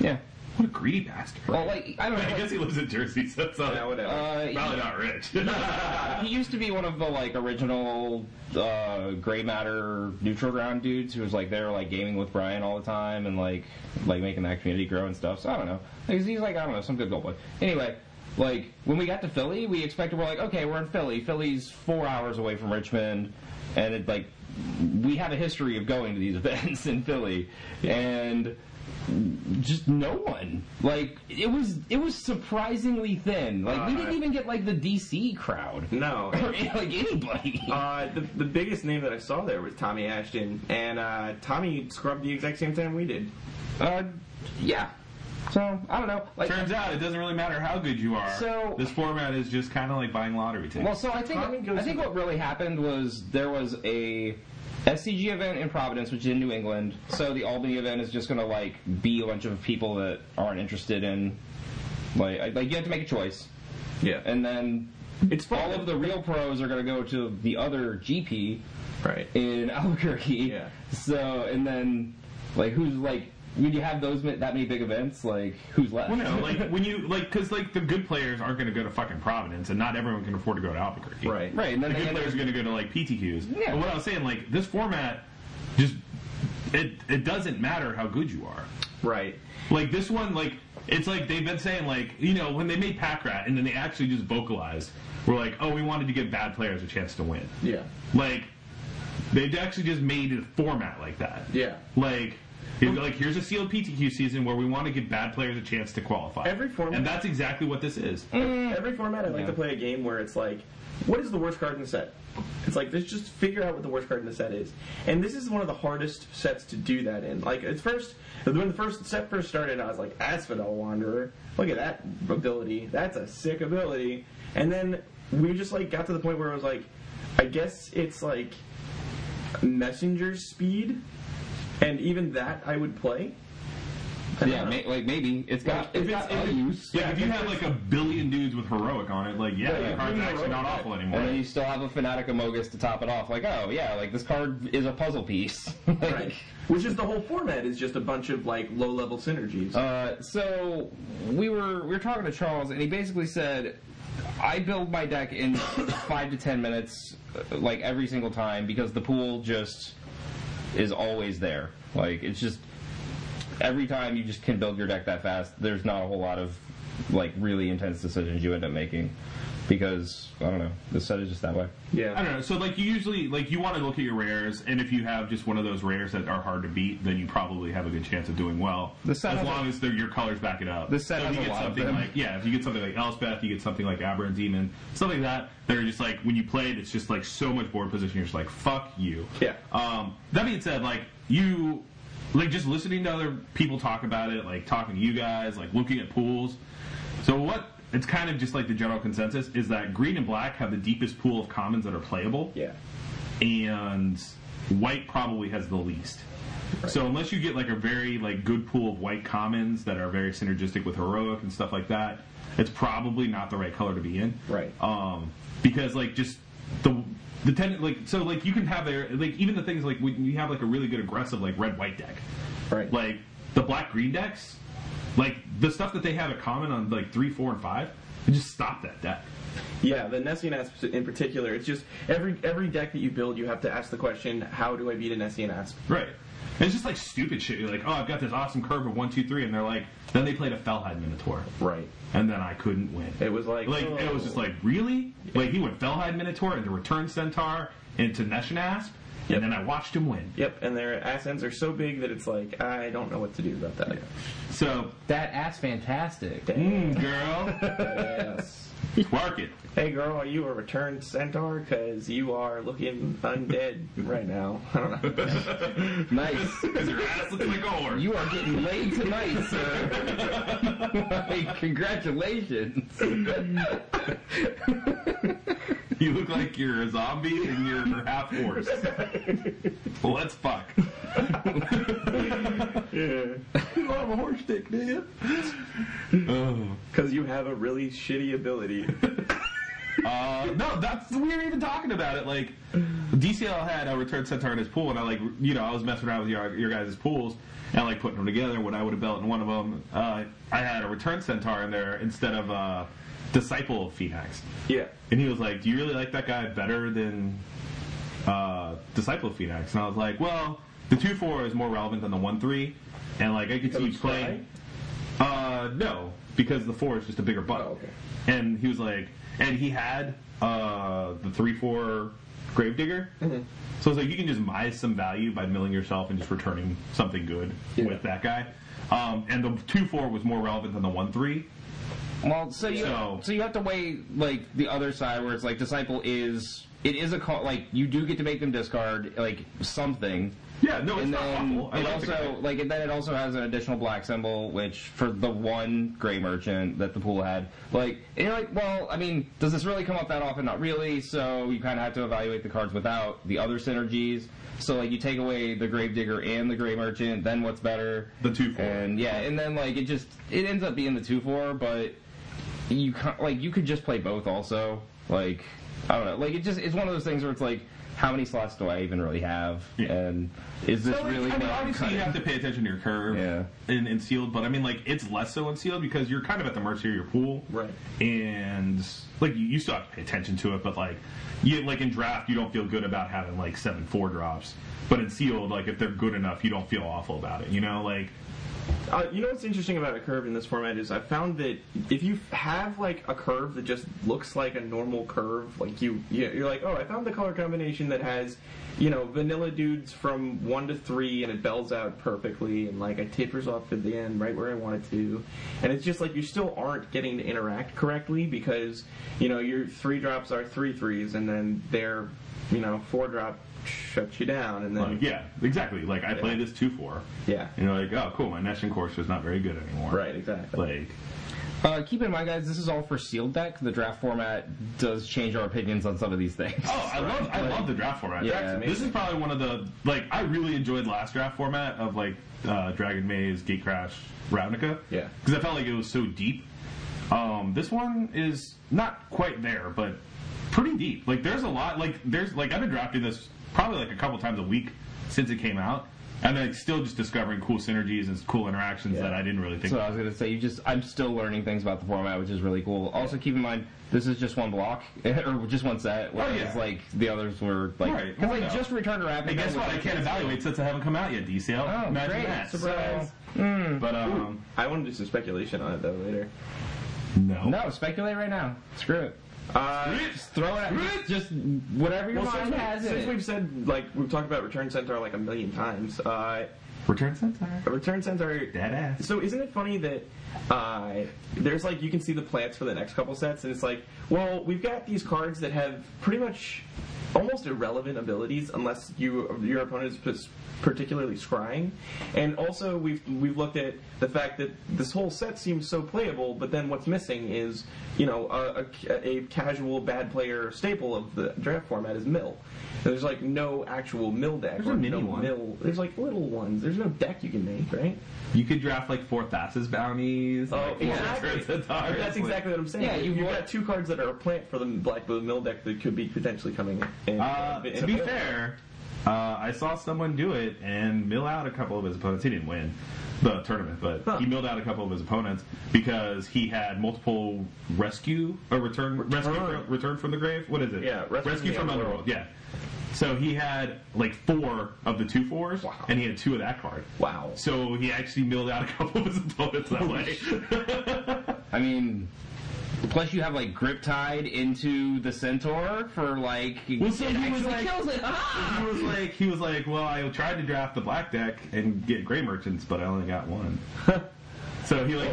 Speaker 2: yeah.
Speaker 1: What a greedy bastard.
Speaker 2: Well, like I don't know.
Speaker 1: I
Speaker 2: like,
Speaker 1: guess he lives in Jersey, so it's not,
Speaker 3: Yeah, whatever.
Speaker 2: uh, he-
Speaker 1: probably not rich.
Speaker 2: he used to be one of the like original uh, gray matter neutral ground dudes who was like there like gaming with Brian all the time and like like making that community grow and stuff. So I don't know. Like, he's like I don't know some good gold boy. Anyway, like when we got to Philly, we expected we're like okay we're in Philly. Philly's four hours away from Richmond, and it like we have a history of going to these events in Philly, and just no one. Like it was it was surprisingly thin. Like we didn't
Speaker 3: Uh,
Speaker 2: even get like the DC crowd
Speaker 3: No.
Speaker 2: or like anybody.
Speaker 3: Uh, the, the biggest name that I saw there was Tommy Ashton, and uh, Tommy scrubbed the exact same time we did.
Speaker 2: Uh, yeah. So I don't know. Like,
Speaker 1: Turns out it doesn't really matter how good you are.
Speaker 2: So-
Speaker 1: this format is just kind of like buying lottery tickets.
Speaker 2: well, so I think
Speaker 3: Tommy goes
Speaker 2: I think
Speaker 3: to-
Speaker 2: what really happened was there was a SCG event in Providence, which is in New England. So the Albany event is just gonna like be a bunch of people that aren't interested in like like you have to make a choice,
Speaker 3: Yeah.
Speaker 2: and then
Speaker 3: it's fun.
Speaker 2: all of the real pros are gonna go to the other GP
Speaker 3: Right.
Speaker 2: in Albuquerque.
Speaker 3: Yeah.
Speaker 2: So and then like who's like when you have those ma- that many big events, like who's left?
Speaker 1: Well, no, like when you like, because like the good players aren't going to go to fucking Providence, and not everyone can afford to go to Albuquerque.
Speaker 3: Right.
Speaker 2: right, and
Speaker 1: The
Speaker 2: then they
Speaker 1: good
Speaker 2: end up
Speaker 1: players are going to go to like PTQs.
Speaker 2: Yeah.
Speaker 1: But what I was saying, like this format, just it it doesn't matter how good you are.
Speaker 3: Right.
Speaker 1: Like this one, like it's like they've been saying, like you know, when they made Pack Rat, and then they actually just vocalized, we're like, oh, we wanted to give bad players a chance to win.
Speaker 3: Yeah.
Speaker 1: Like they've actually just made a format like that.
Speaker 3: Yeah.
Speaker 1: Like. you know, Like here's a sealed PTQ season where we want to give bad players a chance to qualify.
Speaker 3: Every format-
Speaker 1: and that's exactly what this is.
Speaker 3: Every format, I like
Speaker 2: Yeah.
Speaker 3: to play a game where it's like, what is the worst card in the set? It's like, let's just figure out what the worst card in the set is. And this is one of the hardest sets to do that in. Like, at first, when the first set first started, I was like, Asphodel Wanderer. Look at that ability. That's a sick ability. And then we just, like, got to the point where I was like, I guess it's like messenger speed. And even that I would play. I
Speaker 2: Yeah,
Speaker 3: don't know.
Speaker 2: may, like maybe it's got
Speaker 3: If
Speaker 2: it's
Speaker 3: it's-
Speaker 2: got
Speaker 3: if
Speaker 2: a
Speaker 3: it-
Speaker 2: use,
Speaker 1: Yeah, if you had like a billion dudes with heroic on it, like yeah,
Speaker 3: Yeah,
Speaker 1: the card's
Speaker 3: yeah.
Speaker 1: actually not
Speaker 3: Heroic,
Speaker 1: awful
Speaker 2: and then
Speaker 1: anymore.
Speaker 2: you still have a fanatic Amogus to top it off. Like, oh yeah, like this card is a puzzle piece. Like,
Speaker 3: Right. Which is the whole format is just a bunch of like low level synergies.
Speaker 2: Uh, so we were we were talking to Charles, and he basically said, "I build my deck in five to ten minutes, uh, like every single time, because the pool just is always there. Like it's just every time you just can build your deck that fast. There's not a whole lot of like really intense decisions you end up making because I don't know. The set is just that way.
Speaker 1: I
Speaker 3: Yeah.
Speaker 1: don't know. So like you usually like you want to look at your rares, and if you have just one of those rares that are hard to beat, then you probably have a good chance of doing well.
Speaker 2: The set
Speaker 1: as
Speaker 2: has a-
Speaker 1: long as they're- your colors back it up.
Speaker 2: The set
Speaker 1: so if
Speaker 2: has
Speaker 1: you
Speaker 2: a
Speaker 1: get
Speaker 2: lot of
Speaker 1: something
Speaker 2: them.
Speaker 1: like yeah, if you get something like Elspeth, you get something like Aberrant Demon, something like that. They're just like when you play it, it's just like so much board position. You're just like fuck you.
Speaker 3: Yeah.
Speaker 1: Um, that being said, like you, like just listening to other people talk about it, like talking to you guys, like looking at pools. So what? It's kind of just like the general consensus is that green and black have the deepest pool of commons that are playable,
Speaker 3: Yeah.
Speaker 1: and white probably has the least. So unless you get like a very like good pool of white commons that are very synergistic with heroic and stuff like that, it's probably not the right color to be in
Speaker 3: Right.
Speaker 1: um, because like just the the ten like so like you can have their like even the things like when you have like a really good aggressive like red white deck
Speaker 3: Right.
Speaker 1: like the black green decks like the stuff that they have in common on like three four and five they just stop that deck
Speaker 3: Yeah, the Nessian Asp in particular, it's just every every deck that you build, you have to ask the question, how do I beat a Nessian Asp?
Speaker 1: right And it's just like stupid shit you're like oh I've got this awesome curve of one two three and they're like then they played a Felhide Minotaur
Speaker 3: Right.
Speaker 1: and then I couldn't win
Speaker 3: It was like,
Speaker 1: Like it was just like really like he went Felhide Minotaur into Return Centaur into Neshin Asp
Speaker 3: Yep.
Speaker 1: and then I watched him win
Speaker 3: Yep, and their ass ends are so big that it's like I don't know what to do about that.
Speaker 1: so
Speaker 2: That ass fantastic.
Speaker 1: Mm, girl.
Speaker 3: Yes.
Speaker 1: Work it.
Speaker 3: Uh, Hey girl, are you a returned centaur? Because you are looking undead right now. I don't know.
Speaker 2: Nice.
Speaker 1: Because your ass looks like ours.
Speaker 2: You are getting laid tonight, sir. like, congratulations.
Speaker 1: You look like you're a zombie and you're half horse. Let's fuck.
Speaker 3: you have a horse dick, do you? Because you have a really shitty ability.
Speaker 1: Uh, no, that's we were even talking about it. Like DCL had a return centaur in his pool, and I like you know I was messing around with your your guys' pools and like putting them together. When I would have built in one of them, uh, I had a return centaur in there instead of uh, disciple of phoenix.
Speaker 3: yeah.
Speaker 1: And he was like, "Do you really like that guy better than uh, Disciple of Phoenix?" And I was like, "Well, the two four is more relevant than the one three, and like I could see you
Speaker 3: it's dry?
Speaker 1: playing." Uh, no, because the four is just a bigger butt.
Speaker 3: Oh, okay.
Speaker 1: And he was like, and he had uh, the three four Gravedigger.
Speaker 2: Mm-hmm.
Speaker 1: So I was like, you can just buy some value by milling yourself and just returning something good with that guy. Um, and the two four was more relevant than the one three.
Speaker 2: Well, so you
Speaker 1: So-
Speaker 2: so, you have to weigh like the other side where it's like disciple is it is a call like you do get to make them discard like something.
Speaker 1: Yeah, no, it's
Speaker 2: And
Speaker 1: not
Speaker 2: then
Speaker 1: awful. I
Speaker 2: it
Speaker 1: like the guy.
Speaker 2: also like and then it also has an additional black symbol, which for the one gray merchant that the pool had, like and you're like, well, I mean, does this really come up that often? Not really. So you kind of have to evaluate the cards without the other synergies. So like you take away the gravedigger and the gray merchant, then what's better?
Speaker 1: the two four.
Speaker 2: And yeah, and then like it just it ends up being the two four, but you can like you could just play both also. Like I don't know, like it just it's one of those things where it's like how many slots do I even really have,
Speaker 1: Yeah.
Speaker 2: and is this
Speaker 1: So, like,
Speaker 2: really
Speaker 1: I mean,
Speaker 2: what I'm
Speaker 1: obviously
Speaker 2: cutting?
Speaker 1: you have to pay attention to your curve
Speaker 2: Yeah.
Speaker 1: and, and sealed, but I mean, like it's less so in sealed because you're kind of at the mercy of your pool,
Speaker 3: Right.
Speaker 1: And like you, you still have to pay attention to it, but like you like in draft, you don't feel good about having like seven four drops, but in sealed, like if they're good enough, you don't feel awful about it. You know, like
Speaker 3: Uh, you know what's interesting about a curve in this format is I found that if you have like a curve that just looks like a normal curve, like you you- you're like, oh, I found the color combination that has, you know, vanilla dudes from one to three, and it bells out perfectly, and like it tapers off at the end right where I want it to, and it's just like you still aren't getting to interact correctly because you know your three drops are three threes, and then their you know four drop shuts you down, and then
Speaker 1: like yeah, exactly. Like I played this two four,
Speaker 3: yeah,
Speaker 1: and you're like, oh cool, my Neshin course was not very good anymore,
Speaker 3: right, exactly.
Speaker 1: Like
Speaker 2: Uh, keep in mind, guys, this is all for sealed deck. The draft format does change our opinions on some of these things.
Speaker 1: Oh, I love I love the draft format.
Speaker 2: Yeah.
Speaker 1: Draft- this is probably one of the like I really enjoyed last draft format of like uh, Dragon Maze, Gate Crash, Ravnica.
Speaker 3: Yeah.
Speaker 1: because I felt like it was so deep. Um, this one is not quite there, but pretty deep. Like there's a lot. Like there's like I've been drafting this probably like a couple times a week since it came out, and like still just discovering cool synergies and cool interactions that I didn't really think.
Speaker 2: So I was gonna say, you just I'm still learning things about the format, which is really cool. Also, keep in mind, this is just one block or just one set, whereas
Speaker 1: Oh, yeah.
Speaker 2: like the others were like
Speaker 1: Right.
Speaker 2: 'cause,
Speaker 1: Well,
Speaker 2: like
Speaker 1: no.
Speaker 2: just return to Ravnica.
Speaker 1: Hey, guess
Speaker 2: was,
Speaker 1: what? I
Speaker 2: like,
Speaker 1: can't evaluate since I haven't come out yet, DCL.
Speaker 2: Oh,
Speaker 1: Imagine
Speaker 2: great.
Speaker 1: that.
Speaker 3: Surprise.
Speaker 1: So, but um,
Speaker 3: I want to do some speculation on it though later.
Speaker 1: No.
Speaker 2: No, speculate right now. Screw it.
Speaker 3: Uh,
Speaker 2: Just throw it. Just whatever your
Speaker 3: well,
Speaker 2: mind
Speaker 3: since, we,
Speaker 2: has. in
Speaker 3: since
Speaker 2: it.
Speaker 3: we've said like we've talked about Return Centaur like a million times, uh,
Speaker 1: Return Centaur.
Speaker 3: Return Centaur
Speaker 1: Dead ass.
Speaker 3: So isn't it funny that uh, there's like you can see the plants for the next couple sets, and it's like, well, we've got these cards that have pretty much almost irrelevant abilities unless you your opponent is pers- particularly scrying, and also we've we've looked at the fact that this whole set seems so playable, but then what's missing is you know a, a, a casual bad player staple of the draft format is mill. There's like no actual mill deck.
Speaker 1: There's a
Speaker 3: or
Speaker 1: mini
Speaker 3: no
Speaker 1: one.
Speaker 3: mill. There's like little ones. There's no deck you can make, right?
Speaker 1: You could draft like four Thassa's bounties.
Speaker 3: Oh,
Speaker 1: like, four
Speaker 3: exactly.
Speaker 1: Return Centaurs,
Speaker 3: That's
Speaker 1: like-
Speaker 3: exactly what I'm saying.
Speaker 2: Yeah,
Speaker 3: you've,
Speaker 2: you've got-
Speaker 3: got two cards that are a plant for the Black Blue Mill deck that could be potentially coming in.
Speaker 1: Uh,
Speaker 3: in-
Speaker 1: to be fair, uh, I saw someone do it and mill out a couple of his opponents. He didn't win the tournament, but
Speaker 3: Huh.
Speaker 1: he milled out a couple of his opponents because he had multiple rescue or return, rescue
Speaker 3: Return.
Speaker 1: from, return from the grave. What is it?
Speaker 3: Yeah, rescue
Speaker 1: rescue,
Speaker 3: from
Speaker 1: from
Speaker 3: the
Speaker 1: underworld. Yeah. So he had like four of the two fours,
Speaker 3: Wow.
Speaker 1: and he had two of that card.
Speaker 3: Wow.
Speaker 1: So he actually milled out a couple of his opponents that way.
Speaker 2: I mean, plus you have like grip tied into the centaur for like.
Speaker 1: Well, so
Speaker 2: it
Speaker 1: he was
Speaker 2: actually
Speaker 1: like-
Speaker 2: kills it. Ah!
Speaker 1: he was like, he was like, well, I tried to draft the black deck and get gray merchants, but I only got one. so he like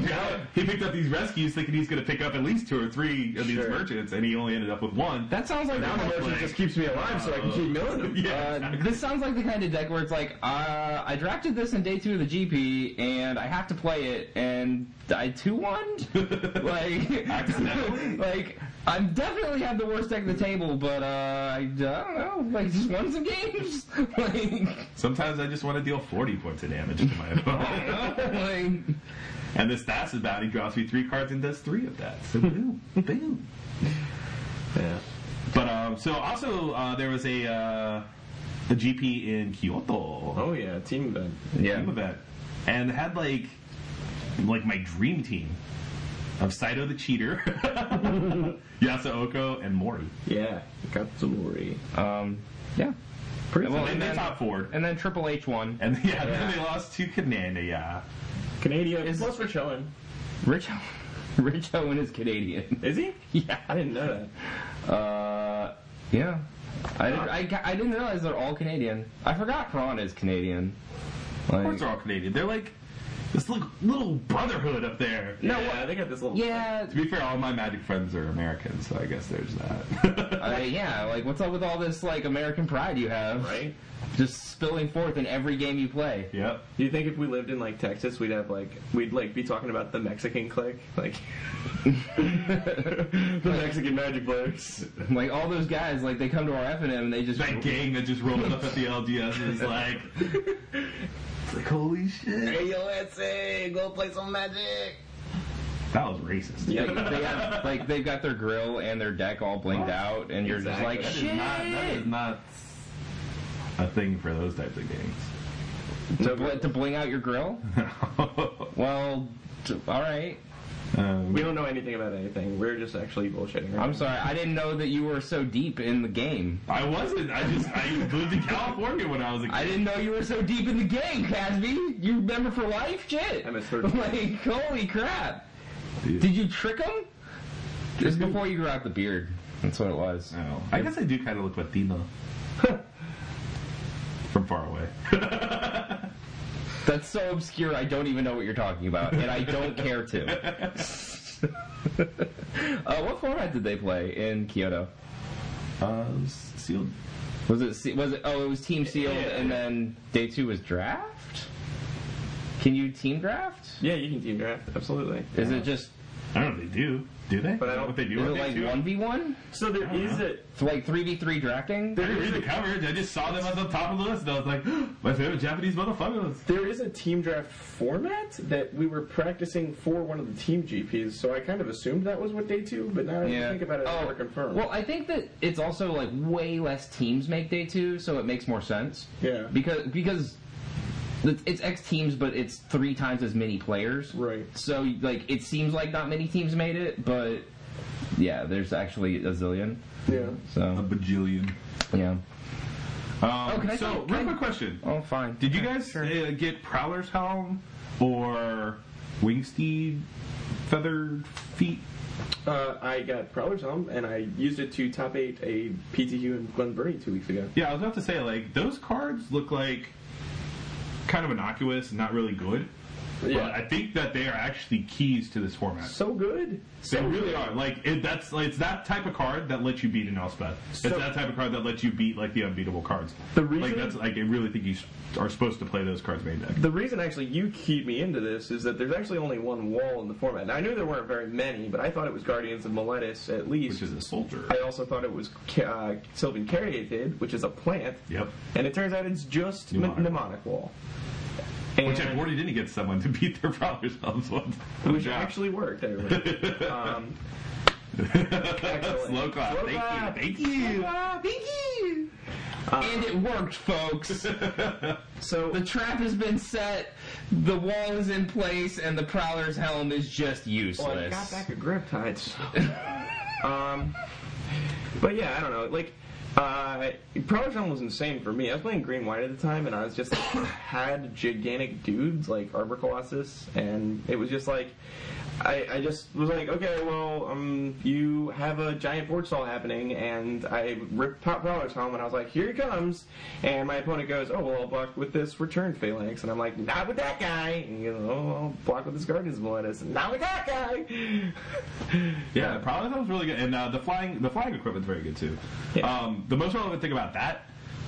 Speaker 1: he picked up these rescues thinking he's going to pick up at least two or three of these
Speaker 3: Sure.
Speaker 1: merchants, and he only ended up with one.
Speaker 2: That sounds like.
Speaker 4: Now the merchant just keeps me alive so I can keep milling them.
Speaker 1: yeah,
Speaker 2: Uh,
Speaker 1: exactly.
Speaker 2: this sounds like the kind of deck where it's like, uh, I drafted this in day two of the GP, and I have to play it, and I two one. like,
Speaker 1: Accidentally.
Speaker 2: like I'm definitely have the worst deck at the table, but uh, I, I don't know. Like, just won some games. like,
Speaker 1: Sometimes I just want to deal forty points of damage to my opponent,
Speaker 2: I don't know, like,
Speaker 1: and this Thassa's bounty drops me three cards and does three of that. So boom, boom.
Speaker 3: Yeah.
Speaker 1: But um, so also uh, there was a uh, a GP in Kyoto.
Speaker 3: Oh yeah, team event.
Speaker 1: yeah. team event, and had like like my dream team of Saito the cheater, Yasuoko, and Mori.
Speaker 3: Yeah, Katsumori.
Speaker 2: um, yeah.
Speaker 3: Pretty
Speaker 2: Well,
Speaker 3: well,
Speaker 1: And
Speaker 2: and
Speaker 1: they
Speaker 2: then-
Speaker 1: top four.
Speaker 2: And then Triple H won.
Speaker 1: And yeah, then they lost to Kanania.
Speaker 3: Canadian. plus Rich Owen.
Speaker 2: Rich, Rich Owen is Canadian.
Speaker 3: Is he?
Speaker 2: yeah.
Speaker 3: I didn't know that.
Speaker 2: Uh, yeah. I didn't, I, ca- I didn't realize they're all Canadian. I forgot Prawn is Canadian. Like,
Speaker 1: Of course, they're all Canadian. They're like this little, little brotherhood up there.
Speaker 3: No, yeah, they got this little.
Speaker 2: yeah,
Speaker 1: To be fair, all my magic friends are American, so I guess there's that.
Speaker 2: uh, yeah. Like, what's up with all this like American pride you have?
Speaker 3: Right.
Speaker 2: Just spilling forth in every game you play.
Speaker 1: yep.
Speaker 3: Do you think if we lived in like Texas, we'd have like we'd like be talking about the Mexican clique, like the Mexican magic players?
Speaker 2: Like all those guys, like they come to our F and M and they just
Speaker 1: That gang that just rolled up at the LGS and is like, it's like, holy shit.
Speaker 3: Hey, yo, SA, go play some magic.
Speaker 1: That was racist.
Speaker 2: Like, they have, like they've got their grill and their deck all blinged out, and you're
Speaker 3: Exactly. That
Speaker 2: just like, shit.
Speaker 1: That is not that is not a thing for those types of games.
Speaker 2: to, bl- to bling out your grill? Well, t- all right.
Speaker 1: um,
Speaker 3: We don't know anything about anything. We're just actually bullshitting. Right
Speaker 2: I'm sorry, I didn't know that you were so deep in the game.
Speaker 1: I wasn't. I just I lived in California when I was a kid.
Speaker 2: I didn't know you were so deep in the game, Casby. You remember for life, shit.
Speaker 3: I'm a third-
Speaker 2: Like, holy crap!
Speaker 1: Yeah.
Speaker 2: Did you trick him? Just before you grew out the beard. That's what it was.
Speaker 1: Oh, I guess I do kind of look Latino from far away.
Speaker 2: That's so obscure. I don't even know what you're talking about, and I don't care to. uh, what format did they play in Kyoto?
Speaker 1: Uh, sealed.
Speaker 2: Was it se- was it? Oh, it was team sealed,
Speaker 3: Yeah.
Speaker 2: and then day two was draft. Can you team draft?
Speaker 3: Yeah, you can team draft, absolutely.
Speaker 2: Is it just
Speaker 1: I don't know if they do. Do they?
Speaker 3: But I
Speaker 1: Is that
Speaker 3: don't-
Speaker 1: what they do.
Speaker 2: is it
Speaker 1: on day
Speaker 2: like
Speaker 1: two?
Speaker 2: one v one?
Speaker 3: So there
Speaker 1: don't
Speaker 3: is
Speaker 1: know.
Speaker 3: a
Speaker 2: It's like three v three drafting.
Speaker 1: I didn't read the coverage. I just saw them at the top of the list, and I was like, my favorite Japanese motherfuckers.
Speaker 3: there is a team draft format that we were practicing for one of the team GPs. So I kind of assumed that was what day two, but now that I think about it,
Speaker 1: Oh,
Speaker 3: I never confirmed.
Speaker 2: Oh. Well, I think that it's also like way less teams make day two, so it makes more sense.
Speaker 3: Yeah.
Speaker 2: Because because it's- it's X teams, but it's three times as many players.
Speaker 3: Right.
Speaker 2: So like it seems like not many teams made it, but yeah, there's actually a zillion.
Speaker 3: yeah.
Speaker 1: A
Speaker 2: So
Speaker 1: bajillion.
Speaker 2: yeah.
Speaker 1: Um,
Speaker 2: Oh, can I
Speaker 1: so,
Speaker 2: say-
Speaker 1: real
Speaker 2: can
Speaker 1: quick
Speaker 2: I-
Speaker 1: question.
Speaker 2: Oh, fine.
Speaker 1: Did you guys uh, get Prowler's Helm or Wingsteed feathered feet?
Speaker 3: Uh, I got Prowler's Helm, and I used it to top eight a PTQ in Glen Burnie two weeks ago.
Speaker 1: Yeah, I was about to say like those cards look like kind of innocuous, not really good.
Speaker 3: Yeah.
Speaker 1: But I think that they are actually keys to this format.
Speaker 3: So good.
Speaker 1: they really are. Like it, that's like, it's that type of card that lets you beat an Elspeth. it's that type of card that lets you beat like the unbeatable cards.
Speaker 3: The reason-
Speaker 1: like that's like I really think you s- are supposed to play those cards main deck.
Speaker 3: The reason actually you keyed me into this is that there's actually only one wall in the format. Now, I knew there weren't very many, but I thought it was Guardians of Miletus at least.
Speaker 1: Which is a soldier.
Speaker 3: I also thought it was Ca- uh, Sylvan Caryatid, which is a plant.
Speaker 1: Yep.
Speaker 3: And it turns out it's just
Speaker 1: Mnemonic.
Speaker 3: mnemonic, mnemonic wall. And
Speaker 1: Which I've already didn't get someone to beat their Prowler's Helms once.
Speaker 3: which
Speaker 1: Yeah.
Speaker 3: actually worked. everybody. um, excellent.
Speaker 1: Slow clap.
Speaker 3: Slow
Speaker 1: Thank
Speaker 3: clap.
Speaker 1: you. Thank you.
Speaker 3: Ah, thank you. Ah.
Speaker 2: and it worked, folks.
Speaker 3: So
Speaker 2: The trap has been set, the wall is in place, and the prowler's helm is just useless.
Speaker 3: Well, I got back a grip tied. so- um, but yeah, I don't know. Like, uh, Prowler's Helm was insane for me. I was playing green white at the time, and I was just like, had gigantic dudes like Arbor Colossus, and it was just like, I, I just was like, okay, well, um, you have a giant board stall happening, and I ripped Pro- Prowler's Helm, and I was like, here it comes, and my opponent goes, oh, well, I'll block with this Return Phalanx, and I'm like, not with that guy, and you know, oh, I'll block with this Guardian's Miletus, not with that guy.
Speaker 1: Yeah, the Prowler's Helm's really good, and uh, the flying the flying equipment's very good too.
Speaker 3: Yeah.
Speaker 1: Um, the most relevant thing about that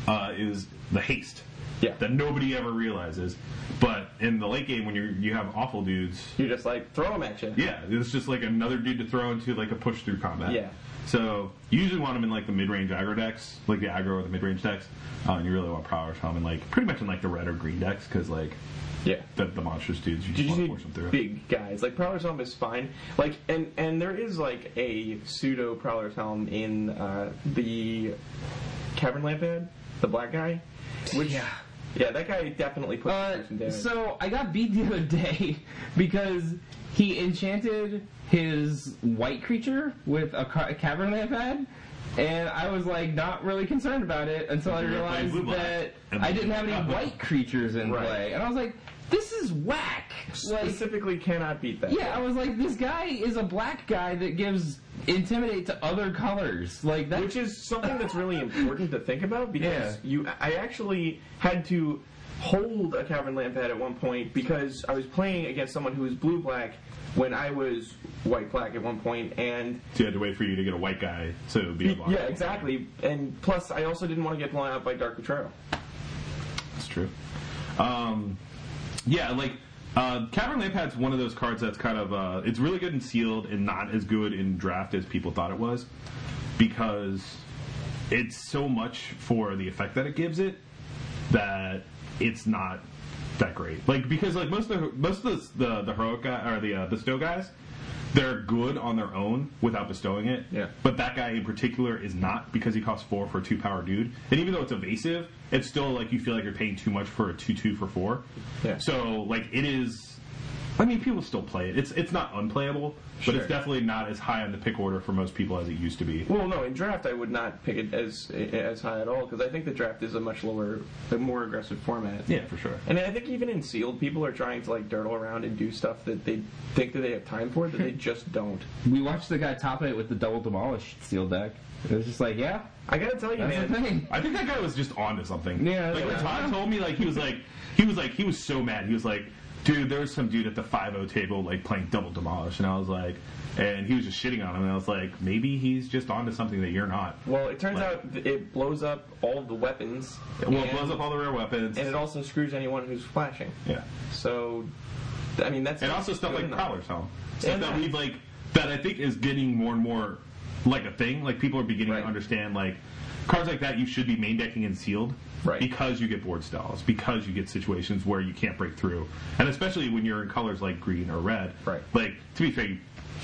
Speaker 1: uh, is the haste.
Speaker 3: Yeah.
Speaker 1: That nobody ever realizes, but in the late game when you you have awful dudes,
Speaker 3: You're just like throw them at you.
Speaker 1: yeah, it's just like another dude to throw into like a push through combat.
Speaker 3: Yeah.
Speaker 1: So you usually want them in like the mid range aggro decks, like the aggro or the mid range decks, uh, and you really want Prowler's Helm in like pretty much in like the red or green decks because like
Speaker 3: Yeah.
Speaker 1: the, the monstrous dudes you
Speaker 3: You
Speaker 1: just
Speaker 3: just
Speaker 1: want to force them
Speaker 3: need
Speaker 1: through.
Speaker 3: big guys. Like Prowler's Helm is fine. Like and and there is like a pseudo Prowler's Helm in uh, the Cavern Lampad, the black guy. Which
Speaker 2: Yeah.
Speaker 3: yeah, that guy definitely puts
Speaker 2: Uh,
Speaker 3: the person down.
Speaker 2: so I got beat the other day because he enchanted his white creature with a, ca- a cavern lamp pad, and I was like not really concerned about it until I
Speaker 1: You were playing
Speaker 2: realized
Speaker 1: blue black.
Speaker 2: that
Speaker 1: And
Speaker 2: I
Speaker 1: blue
Speaker 2: didn't have any
Speaker 1: black.
Speaker 2: white creatures in
Speaker 3: Right.
Speaker 2: play, and I was like, this is whack. Like,
Speaker 3: specifically cannot beat that.
Speaker 2: yeah, I was like, this guy is a black guy that gives intimidate to other colors. Like that.
Speaker 3: Which is something that's really important to think about because
Speaker 2: Yeah.
Speaker 3: you I actually had to hold a Cavern Lampad at one point because I was playing against someone who was blue black when I was white black at one point and
Speaker 1: So you had to wait for you to get a white guy to be a blocker.
Speaker 3: yeah, exactly. And plus I also didn't want to get blown out by Dark Betrayal.
Speaker 1: That's true. Um, yeah, like uh, Cavern Lampad's one of those cards that's kind of uh, it's really good in sealed and not as good in draft as people thought it was because it's so much for the effect that it gives it that it's not that great. Like because like most of the most of the the, the heroic guy, or the uh, bestow guys, they're good on their own without bestowing it.
Speaker 3: Yeah.
Speaker 1: But that guy in particular is not because he costs four for a two power dude. And even though it's evasive, it's still like you feel like you're paying too much for a two two for four.
Speaker 3: Yeah.
Speaker 1: So like it is. I mean, people still play it. It's it's not unplayable, but
Speaker 3: Sure.
Speaker 1: it's definitely not as high on the pick order for most people as it used to be.
Speaker 3: Well, no, in draft I would not pick it as as high at all because I think the draft is a much lower, a more aggressive format.
Speaker 1: Yeah, for sure.
Speaker 3: And I think even in sealed, people are trying to like dirtle around and do stuff that they think that they have time for that they just don't.
Speaker 2: we watched the guy top it with the double demolish seal deck. It was just like, yeah,
Speaker 3: I gotta tell you,
Speaker 2: that's
Speaker 3: man.
Speaker 2: the thing.
Speaker 1: I think that guy was just onto something.
Speaker 2: Yeah,
Speaker 1: Like when
Speaker 2: yeah.
Speaker 1: Todd told me, like he was like, he was like, he was so mad. He was like, dude, there was some dude at the 5-0 table like playing double demolish, and I was like, and he was just shitting on him, and I was like, maybe he's just onto something that you're not.
Speaker 3: Well, it turns
Speaker 1: Like-
Speaker 3: out th- it blows up all the weapons.
Speaker 1: Well, it
Speaker 3: and,
Speaker 1: blows up all the rare weapons.
Speaker 3: and it also screws anyone who's flashing.
Speaker 1: yeah,
Speaker 3: So, th- I mean, that's
Speaker 1: and also stuff
Speaker 3: good
Speaker 1: like
Speaker 3: enough.
Speaker 1: prowlers helm, stuff
Speaker 3: And
Speaker 1: that
Speaker 3: that.
Speaker 1: we've like that I think is getting more and more like a thing. Like people are beginning
Speaker 3: Right.
Speaker 1: to understand like. Cards like that you should be main decking and sealed
Speaker 3: Right.
Speaker 1: because you get board stalls, because you get situations where you can't break through, and especially when you're in colors like green or red.
Speaker 3: Right.
Speaker 1: Like to be fair, you,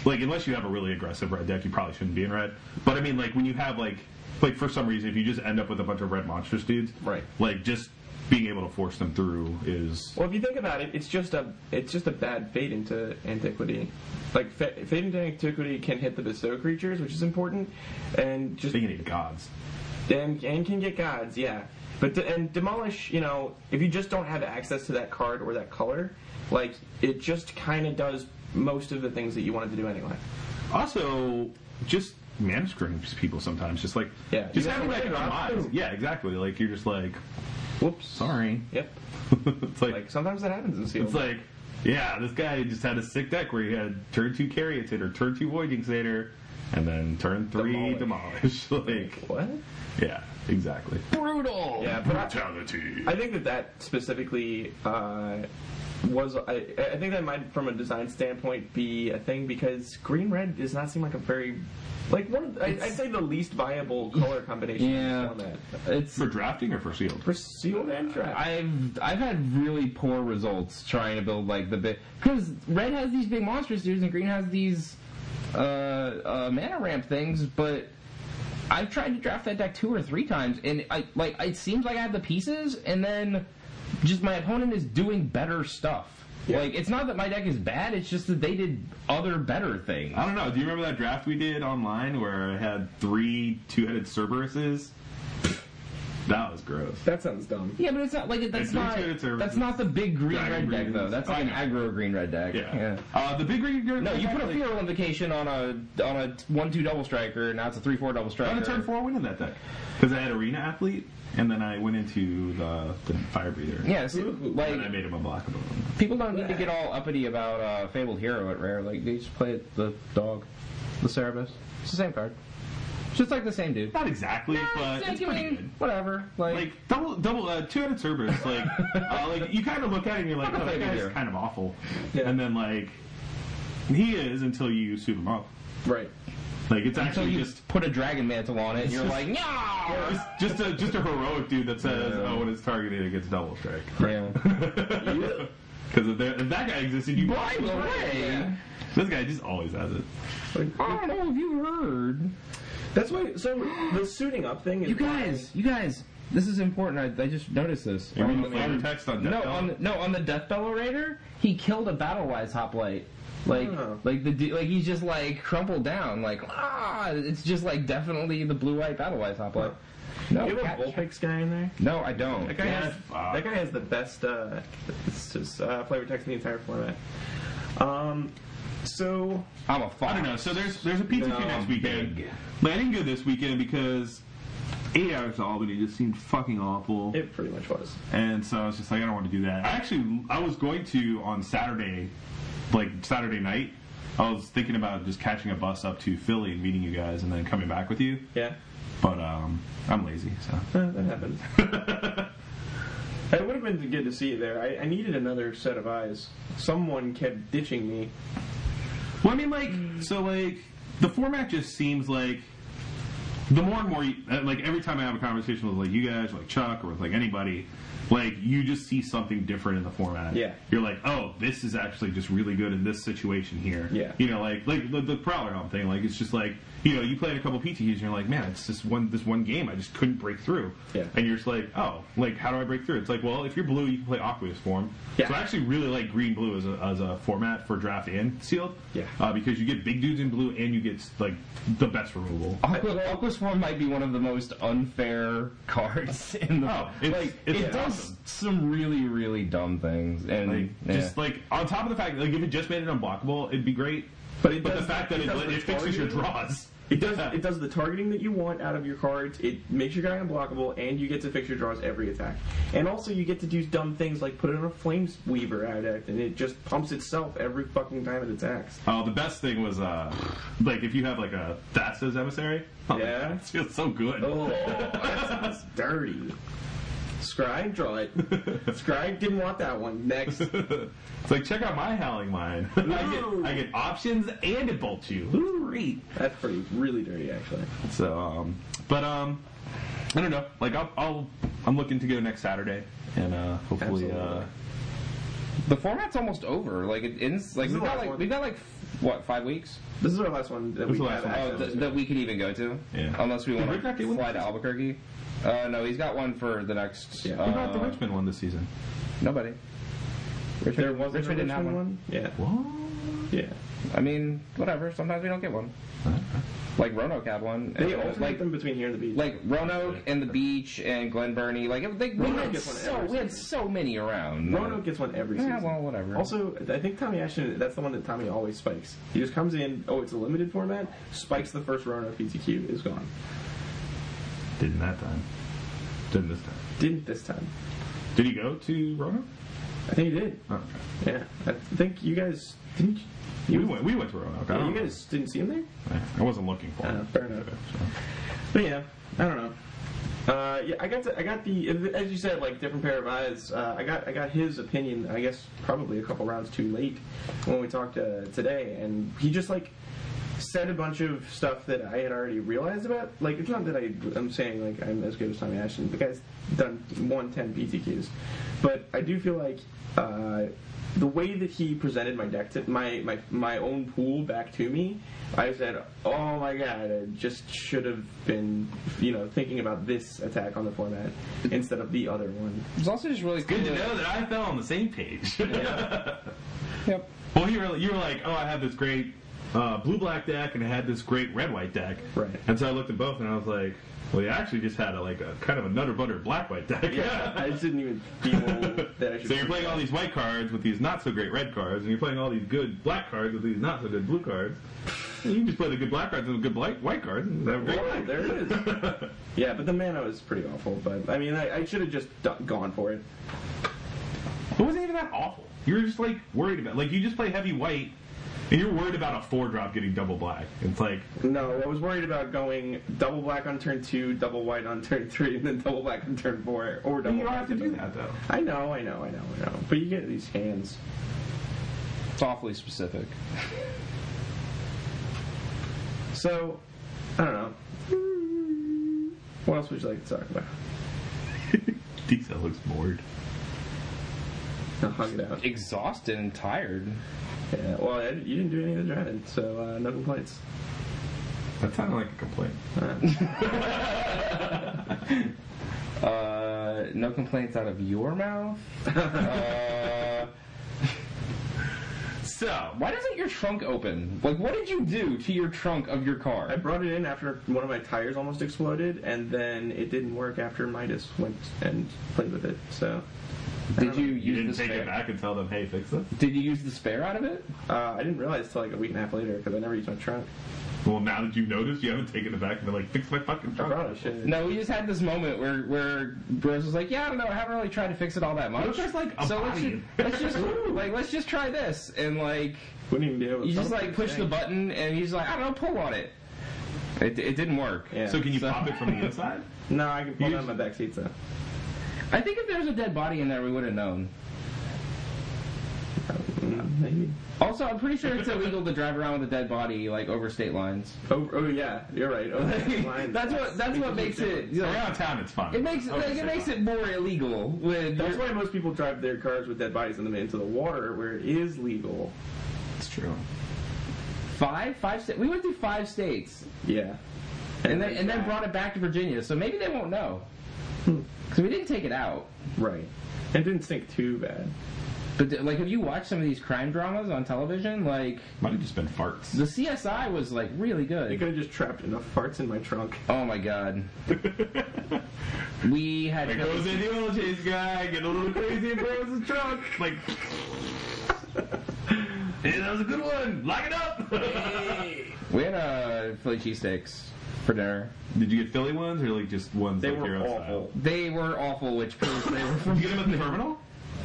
Speaker 1: like unless you have a really aggressive red deck, you probably shouldn't be in red. But I mean, like when you have like like for some reason, if you just end up with a bunch of red monstrous dudes,
Speaker 3: Right.
Speaker 1: Like just being able to force them through is
Speaker 3: Well, if you think about it, it's just a it's just a bad fade into antiquity. Like fa- fade into antiquity can hit the bestow creatures, which is important, and just
Speaker 1: they can need gods.
Speaker 3: and, and can get gods, yeah. But de- and demolish, you know, if you just don't have access to that card or that color, like it just kind of does most of the things that you wanted to do anyway.
Speaker 1: Also, just manuscripting people sometimes, just like
Speaker 3: Yeah.
Speaker 1: just
Speaker 3: You
Speaker 1: having
Speaker 3: have
Speaker 1: that
Speaker 3: to
Speaker 1: in
Speaker 3: write
Speaker 1: our
Speaker 3: it off,
Speaker 1: minds.
Speaker 3: too.
Speaker 1: Yeah, exactly. Like you're just like, whoops, sorry.
Speaker 3: Yep.
Speaker 1: it's like,
Speaker 3: Like sometimes that happens in
Speaker 1: it's
Speaker 3: Seattle.
Speaker 1: like, yeah, this guy just had a sick deck where he had turn two Caryatid or turn two voiding satyr, and then turn three demolish. like,
Speaker 3: what?
Speaker 1: yeah, exactly. Brutal.
Speaker 3: Yeah, but I-
Speaker 1: brutality.
Speaker 3: I think that that specifically uh, was. I, I think that might, from a design standpoint, be a thing because green red does not seem like a very, like one. Of, I, I'd say the least viable color combination
Speaker 2: Yeah.
Speaker 3: in this format.
Speaker 2: It's
Speaker 1: for drafting or for sealed?
Speaker 3: For sealed and draft.
Speaker 2: I've I've had really poor results trying to build like the big because red has these big monsters dudes and green has these uh, uh, mana ramp things, but I've tried to draft that deck two or three times and I like it seems like I have the pieces and then just my opponent is doing better stuff. Like it's not that my deck is bad, it's just that they did other better things.
Speaker 1: I don't know. Do you remember that draft we did online where I had three two-headed Cerberuses? That was gross.
Speaker 4: That sounds dumb.
Speaker 2: Yeah, but it's not like that's
Speaker 1: It's
Speaker 2: not
Speaker 1: two-headed services.
Speaker 2: that's not the big green
Speaker 1: Dragon
Speaker 2: red deck
Speaker 1: greens.
Speaker 2: though. That's like an
Speaker 1: I
Speaker 2: aggro green red deck.
Speaker 1: Yeah. Uh, the big ring.
Speaker 2: No, you put a fear invocation on a on a one two double striker. Now it's a three four double
Speaker 1: On
Speaker 2: striker.
Speaker 1: a turn four, I win in that deck because I had arena athlete, and then I went into the, the fire breather.
Speaker 2: Yes,
Speaker 1: And I
Speaker 2: like
Speaker 1: made him unblockable.
Speaker 2: people don't need to get all uppity about uh, Fabled Hero at rare. Like they just play the dog, the Cerebus. It's the same card. It's just like the same dude.
Speaker 1: Not exactly, but
Speaker 2: It's like,
Speaker 1: it's
Speaker 2: I
Speaker 1: pretty
Speaker 2: mean,
Speaker 1: good.
Speaker 2: Whatever. Like,
Speaker 1: Like double, double uh, two-headed Cerberus. Like, uh, like you kind of look at it and you're like,
Speaker 2: Not a
Speaker 1: oh, that
Speaker 2: favorite
Speaker 1: guy's
Speaker 2: here.
Speaker 1: kind of awful,
Speaker 3: Yeah.
Speaker 1: and then like he is until you soup him up.
Speaker 3: Right.
Speaker 1: Like it's
Speaker 2: so
Speaker 1: actually
Speaker 2: you
Speaker 1: just
Speaker 2: put a dragon mantle on it, and you're
Speaker 1: just-
Speaker 2: like, no.
Speaker 1: Just, just a just a heroic dude that says,
Speaker 2: Yeah.
Speaker 1: "Oh, when it's targeted, it gets double strike."
Speaker 2: Yeah.
Speaker 1: Because if, there- if that guy existed, you
Speaker 2: By the way,
Speaker 1: this guy just always has it.
Speaker 2: I don't know if you heard.
Speaker 3: That's why. So the suiting up thing. Is
Speaker 2: You guys, you guys, this is important. I, I just noticed this.
Speaker 1: You
Speaker 2: On
Speaker 1: mean the
Speaker 2: the-
Speaker 1: flavor
Speaker 2: on-
Speaker 1: text on
Speaker 2: no,
Speaker 1: Death
Speaker 2: on the, no, on the Death Bellow Raider, he killed a Battlewise Hoplite. Like,
Speaker 3: Oh.
Speaker 2: like the du- like he's just like crumpled down. Like ah, it's just like definitely the blue white Battlewise Hoplite. No,
Speaker 3: You have
Speaker 2: cat-
Speaker 3: a Vulpix guy in there.
Speaker 2: no, I don't.
Speaker 3: That guy
Speaker 1: Yeah,
Speaker 3: has
Speaker 1: fuck.
Speaker 3: that guy has the best uh, it's just, uh, flavor text in the entire format. Um, so
Speaker 2: I'm a fox.
Speaker 1: I don't know. So there's there's a pizza
Speaker 3: No,
Speaker 1: queue next weekend. But I didn't go this weekend because eight hours to Albany just seemed fucking awful,
Speaker 3: it pretty much was.
Speaker 1: and so I was just like, I don't want to do that. I actually I was going to on Saturday, like Saturday night. I was thinking about just catching a bus up to Philly and meeting you guys, and then coming back with you.
Speaker 3: Yeah,
Speaker 1: But um, I'm lazy, so.
Speaker 3: Uh, that happens. it would have been good to see you there. I, I needed another set of eyes. Someone kept ditching me.
Speaker 1: Well, I mean, like, so, like, the format just seems like the more and more, you, uh, like, every time I have a conversation with, like, you guys, like, Chuck, or with, like, anybody, like, you just see something different in the format.
Speaker 3: Yeah.
Speaker 1: You're like, oh, this is actually just really good in this situation here.
Speaker 3: Yeah.
Speaker 1: You know, like, like the, the Prowler Helm thing, like, it's just like, you know, you played a couple PTQs and you're like, man, it's this one, this one game I just couldn't break through.
Speaker 3: Yeah.
Speaker 1: And you're just like, oh, like, how do I break through? It's like, well, if you're blue, you can play Aqueous form.
Speaker 3: Yeah.
Speaker 1: So I actually really like green blue as a, as a format for draft and sealed.
Speaker 3: Yeah.
Speaker 1: Uh, because you get big dudes in blue and you get like the best removal.
Speaker 2: Aqua, Aqua Swarm might be one of the most unfair cards in the.
Speaker 1: Oh, it's-
Speaker 2: like
Speaker 1: it's
Speaker 2: it does
Speaker 1: awesome.
Speaker 2: some really really dumb things, and
Speaker 1: Like,
Speaker 2: yeah.
Speaker 1: Just like on top of the fact, like if it just made it unblockable, it'd be great.
Speaker 3: But it
Speaker 1: but the
Speaker 3: does-
Speaker 1: fact that
Speaker 3: it
Speaker 1: it,
Speaker 3: does
Speaker 1: it,
Speaker 3: retard
Speaker 1: fixes your
Speaker 3: you.
Speaker 1: draws.
Speaker 3: It does it does the targeting that you want out of your cards. It makes your guy unblockable, and you get to fix your draws every attack. And also, you get to do dumb things like put in a flames weaver out act, and it just pumps itself every fucking time it attacks.
Speaker 1: Oh, the best thing was uh, like if you have like a Thassa's emissary. Oh,
Speaker 3: Yeah.
Speaker 1: it feels so good.
Speaker 3: Oh, that sounds dirty. Scribe, draw it. Scribe didn't want that one. Next.
Speaker 1: It's like check out my howling line. I get I get options and it bolts you. Great.
Speaker 3: That's pretty, really dirty, actually.
Speaker 1: So, um, but um, I don't know. Like, I'll, I'll I'm looking to go next Saturday, and uh, hopefully, uh,
Speaker 3: Absolutely.
Speaker 2: The format's almost over. Like it ends. Like we've
Speaker 3: This is the
Speaker 2: got
Speaker 3: last
Speaker 2: like
Speaker 3: one.
Speaker 2: we've got like f- what five weeks
Speaker 3: This is our last one
Speaker 1: This
Speaker 3: that we
Speaker 1: is the last
Speaker 3: have
Speaker 1: one.
Speaker 2: oh,
Speaker 3: access
Speaker 2: th-
Speaker 3: to.
Speaker 2: that we can even go to.
Speaker 1: Yeah.
Speaker 2: Unless we want
Speaker 1: Rick not
Speaker 2: to
Speaker 1: get one
Speaker 2: fly to
Speaker 1: this
Speaker 2: Albuquerque. Uh, no, he's got one for the next.
Speaker 3: Yeah.
Speaker 1: who got the
Speaker 2: Uh,
Speaker 1: Richmond one this season?
Speaker 2: nobody. Richmond,
Speaker 3: there wasn't
Speaker 2: Richmond
Speaker 3: a
Speaker 2: didn't have
Speaker 3: Richmond
Speaker 2: one.
Speaker 3: Yeah,
Speaker 1: What?
Speaker 3: yeah.
Speaker 2: I mean, whatever. Sometimes we don't get one. Like Roanoke had one.
Speaker 3: Uh-huh. They
Speaker 2: And, uh,
Speaker 3: alternate
Speaker 2: like
Speaker 3: them between here and the beach.
Speaker 2: like Roanoke and the beach and Glen Burnie. Like it- they, we
Speaker 3: Roanoke
Speaker 2: had
Speaker 3: gets one
Speaker 2: so
Speaker 3: every
Speaker 2: we had so many around.
Speaker 3: Roanoke gets one every
Speaker 2: Yeah,
Speaker 3: season.
Speaker 2: well, whatever.
Speaker 3: Also, I think Tommy Ashton, that's the one that Tommy always spikes. He just comes in, oh, it's a limited format, spikes the first Roanoke PTQ, is gone.
Speaker 1: Didn't that time. Didn't this time.
Speaker 3: Didn't this time.
Speaker 1: Did he go to Roanoke?
Speaker 3: I think he did.
Speaker 1: Oh, okay.
Speaker 3: Yeah. I think you guys, didn't you?
Speaker 1: We went. We went to Roanoke. I
Speaker 3: Yeah,
Speaker 1: don't
Speaker 3: you
Speaker 1: know.
Speaker 3: guys didn't see him there?
Speaker 1: I wasn't looking for
Speaker 3: Uh,
Speaker 1: him.
Speaker 3: fair enough.
Speaker 1: So,
Speaker 3: But yeah, I don't know. Uh, yeah, I got to, I got the as you said like different pair of eyes. Uh, I got I got his opinion. I guess probably a couple rounds too late when we talked uh, today, and he just like said a bunch of stuff that I had already realized about. Like it's not that I I'm saying like I'm as good as Tommy Ashton. The guy's done 110 PTQs, but I do feel like. Uh, the way that he presented my deck, to, my, my my own pool back to me, I said, "Oh my god, I just should have been, you know, thinking about this attack on the format instead of the other one."
Speaker 2: it's also just really
Speaker 1: good
Speaker 2: cool
Speaker 1: to
Speaker 2: that-
Speaker 1: know that I fell on the same page.
Speaker 2: Yep.
Speaker 1: Well, you were, you were like, oh, I had this great uh, blue black deck and I had this great red white deck.
Speaker 3: Right.
Speaker 1: And so I looked at both and I was like, well, you actually just had a, like a kind of a nutter butter black white deck.
Speaker 3: Yeah, I just didn't even feel that I should.
Speaker 1: so you're playing all these white cards with these not so great red cards, and you're playing all these good black cards with these not so good blue cards. And you can just play the good black cards and the good black, white cards. And have a great
Speaker 3: Well, "Oh, there it is. yeah, but the mana was pretty awful. But I mean, I, I should have just d- gone for it.
Speaker 1: It wasn't even that awful. You were just like worried about like you just play heavy white, and you're worried about a four drop getting double black. It's like
Speaker 3: No, I was worried about going double black on turn two, double white on turn three, and then double black on turn four, or double.
Speaker 1: you don't have
Speaker 3: black
Speaker 1: to
Speaker 3: on
Speaker 1: do
Speaker 3: turn-
Speaker 1: that though.
Speaker 3: I know, I know, I know, I know. But you get these hands.
Speaker 2: It's awfully specific.
Speaker 3: So, I don't know. What else would you like to talk about?
Speaker 1: Diesel looks bored.
Speaker 3: I'll hug it out.
Speaker 2: Exhausted and tired.
Speaker 3: Yeah, well, I, you didn't do any of the driving, so uh, no complaints.
Speaker 1: That sounded like a complaint.
Speaker 2: Uh, no complaints out of your mouth. uh,
Speaker 1: So
Speaker 2: why doesn't your trunk open? Like, what did you do to your trunk of your
Speaker 3: I
Speaker 2: car?
Speaker 3: brought it in after one of my tires almost exploded, and then it didn't work after Midas went and played with it. So
Speaker 2: Did you use
Speaker 1: you didn't
Speaker 2: the
Speaker 1: take
Speaker 2: spare?
Speaker 1: it back and tell them, hey, fix this.
Speaker 2: Did you use the spare out of it?
Speaker 3: uh, I didn't realize till like a week and a half later because I never used my trunk.
Speaker 1: Well, now that you've noticed, you haven't taken it back, and they're like, fix my fucking
Speaker 3: I
Speaker 1: truck.
Speaker 3: probably should.
Speaker 2: No, we just had this moment where where Bruce was like, "Yeah, I don't know, I haven't really tried to fix it all that much."
Speaker 1: if there's, like, a
Speaker 2: so let's
Speaker 1: body
Speaker 2: just,
Speaker 1: in-
Speaker 2: let's just like let's just try this, and like
Speaker 3: Wouldn't even be able to.
Speaker 2: you just
Speaker 3: tell.
Speaker 2: like push the button, and he's like, "I don't know, pull on it." It, it didn't work.
Speaker 3: Yeah.
Speaker 1: So can you pop it from the inside?
Speaker 3: no, I can pull
Speaker 1: You
Speaker 3: down my
Speaker 1: just-
Speaker 3: back seats though.
Speaker 2: I think if there was a dead body in there, we would have known.
Speaker 3: Mm, Maybe.
Speaker 2: Also, I'm pretty sure it's illegal to drive around with a dead body like over state lines.
Speaker 3: Oh, oh yeah, you're right. Oh, mine.
Speaker 2: that's what that's what makes it. you know,
Speaker 1: Around town, it's fine.
Speaker 2: it makes like, it makes it more illegal when
Speaker 3: That's
Speaker 2: you're-
Speaker 3: why most people drive their cars with dead bodies in them into the water, where it is legal.
Speaker 1: it's true.
Speaker 2: five five sta- we went through five states
Speaker 3: Yeah.
Speaker 2: and then and then brought it back to Virginia, so maybe they won't know
Speaker 3: Hmm.
Speaker 2: because we didn't take it out.
Speaker 3: Right. It didn't stink too bad.
Speaker 2: But th- like, have you watched some of these crime dramas on television? Like
Speaker 1: Might have just been farts.
Speaker 2: the CSI was like really
Speaker 3: I
Speaker 2: good.
Speaker 3: could have just trapped enough farts in my trunk.
Speaker 2: Oh my god. we had
Speaker 1: There goes the oil chase guy, get a little crazy and blows his truck. Like, hey, that was a good one. Lock it up.
Speaker 2: we had uh, Philly cheesesteaks for dinner.
Speaker 1: Did you get Philly ones or like just ones
Speaker 3: They
Speaker 1: like
Speaker 3: were
Speaker 1: hero
Speaker 3: awful.
Speaker 2: They were awful, which proves they were
Speaker 1: style?
Speaker 2: from.
Speaker 1: You get them at the terminal?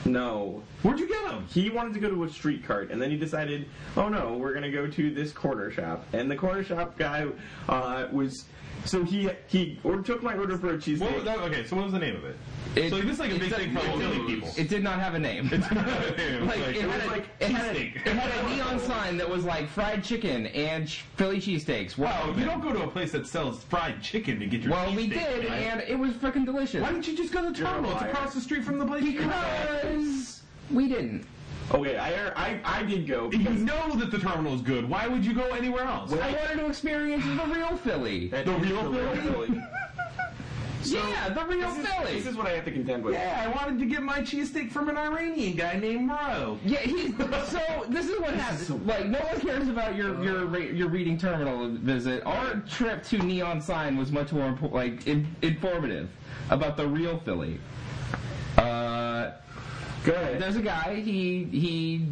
Speaker 3: No.
Speaker 1: Where'd you get them?
Speaker 3: He wanted to go to a street cart, and then he decided, oh no, we're gonna go to this corner shop. And the corner shop guy uh, was, so he he or took my order for a
Speaker 1: What was
Speaker 3: cheesesteak.
Speaker 1: that? Okay, so what was the name of it?
Speaker 2: It-
Speaker 1: so like, this is like a
Speaker 2: it's
Speaker 1: big
Speaker 2: a-
Speaker 1: thing for like, Philly people.
Speaker 2: It did not have a name. Like, it,
Speaker 1: Like,
Speaker 2: had a,
Speaker 3: like
Speaker 2: it, had a,
Speaker 1: cheesesteak.
Speaker 2: it had a neon sign that was like fried chicken and ch- Philly cheesesteaks.
Speaker 1: Wow,
Speaker 2: Wow,
Speaker 1: you don't go to a place that sells fried chicken to get your
Speaker 2: Well, we
Speaker 1: Oh, cheesesteak,
Speaker 2: did,
Speaker 1: right?
Speaker 2: and it was freaking delicious.
Speaker 1: Why didn't you just go to the terminal? It's
Speaker 3: liar.
Speaker 1: across the street from the place. you
Speaker 2: Because we didn't.
Speaker 3: Okay, I, I I did go
Speaker 1: You
Speaker 3: because
Speaker 1: know that the terminal is good. Why would you go anywhere else?
Speaker 2: I wanted to experience the real Philly.
Speaker 3: that
Speaker 1: The
Speaker 3: is
Speaker 1: real Philly?
Speaker 3: Philly.
Speaker 2: yeah, the real
Speaker 3: This is,
Speaker 2: Philly.
Speaker 3: this is what I have to contend with.
Speaker 1: Yeah, I wanted to get my cheesesteak from an Iranian guy named Ro.
Speaker 2: yeah, he's so. Uh. This is what happens. like, no one cares about your your ra- your reading terminal visit. Our trip to Neon Sign was much more impo- like in, informative about the real Philly. Uh,
Speaker 4: Good.
Speaker 2: there's a guy. He he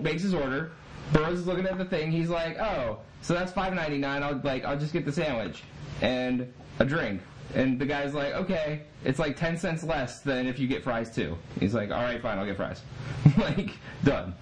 Speaker 2: makes his order. Burroughs is looking at the thing. He's like, oh, so that's five ninety nine. I'll like I'll just get the sandwich and a drink. And the guy's like, okay, it's like ten cents less than if you get fries too. He's like, all right, fine, I'll get fries. like done.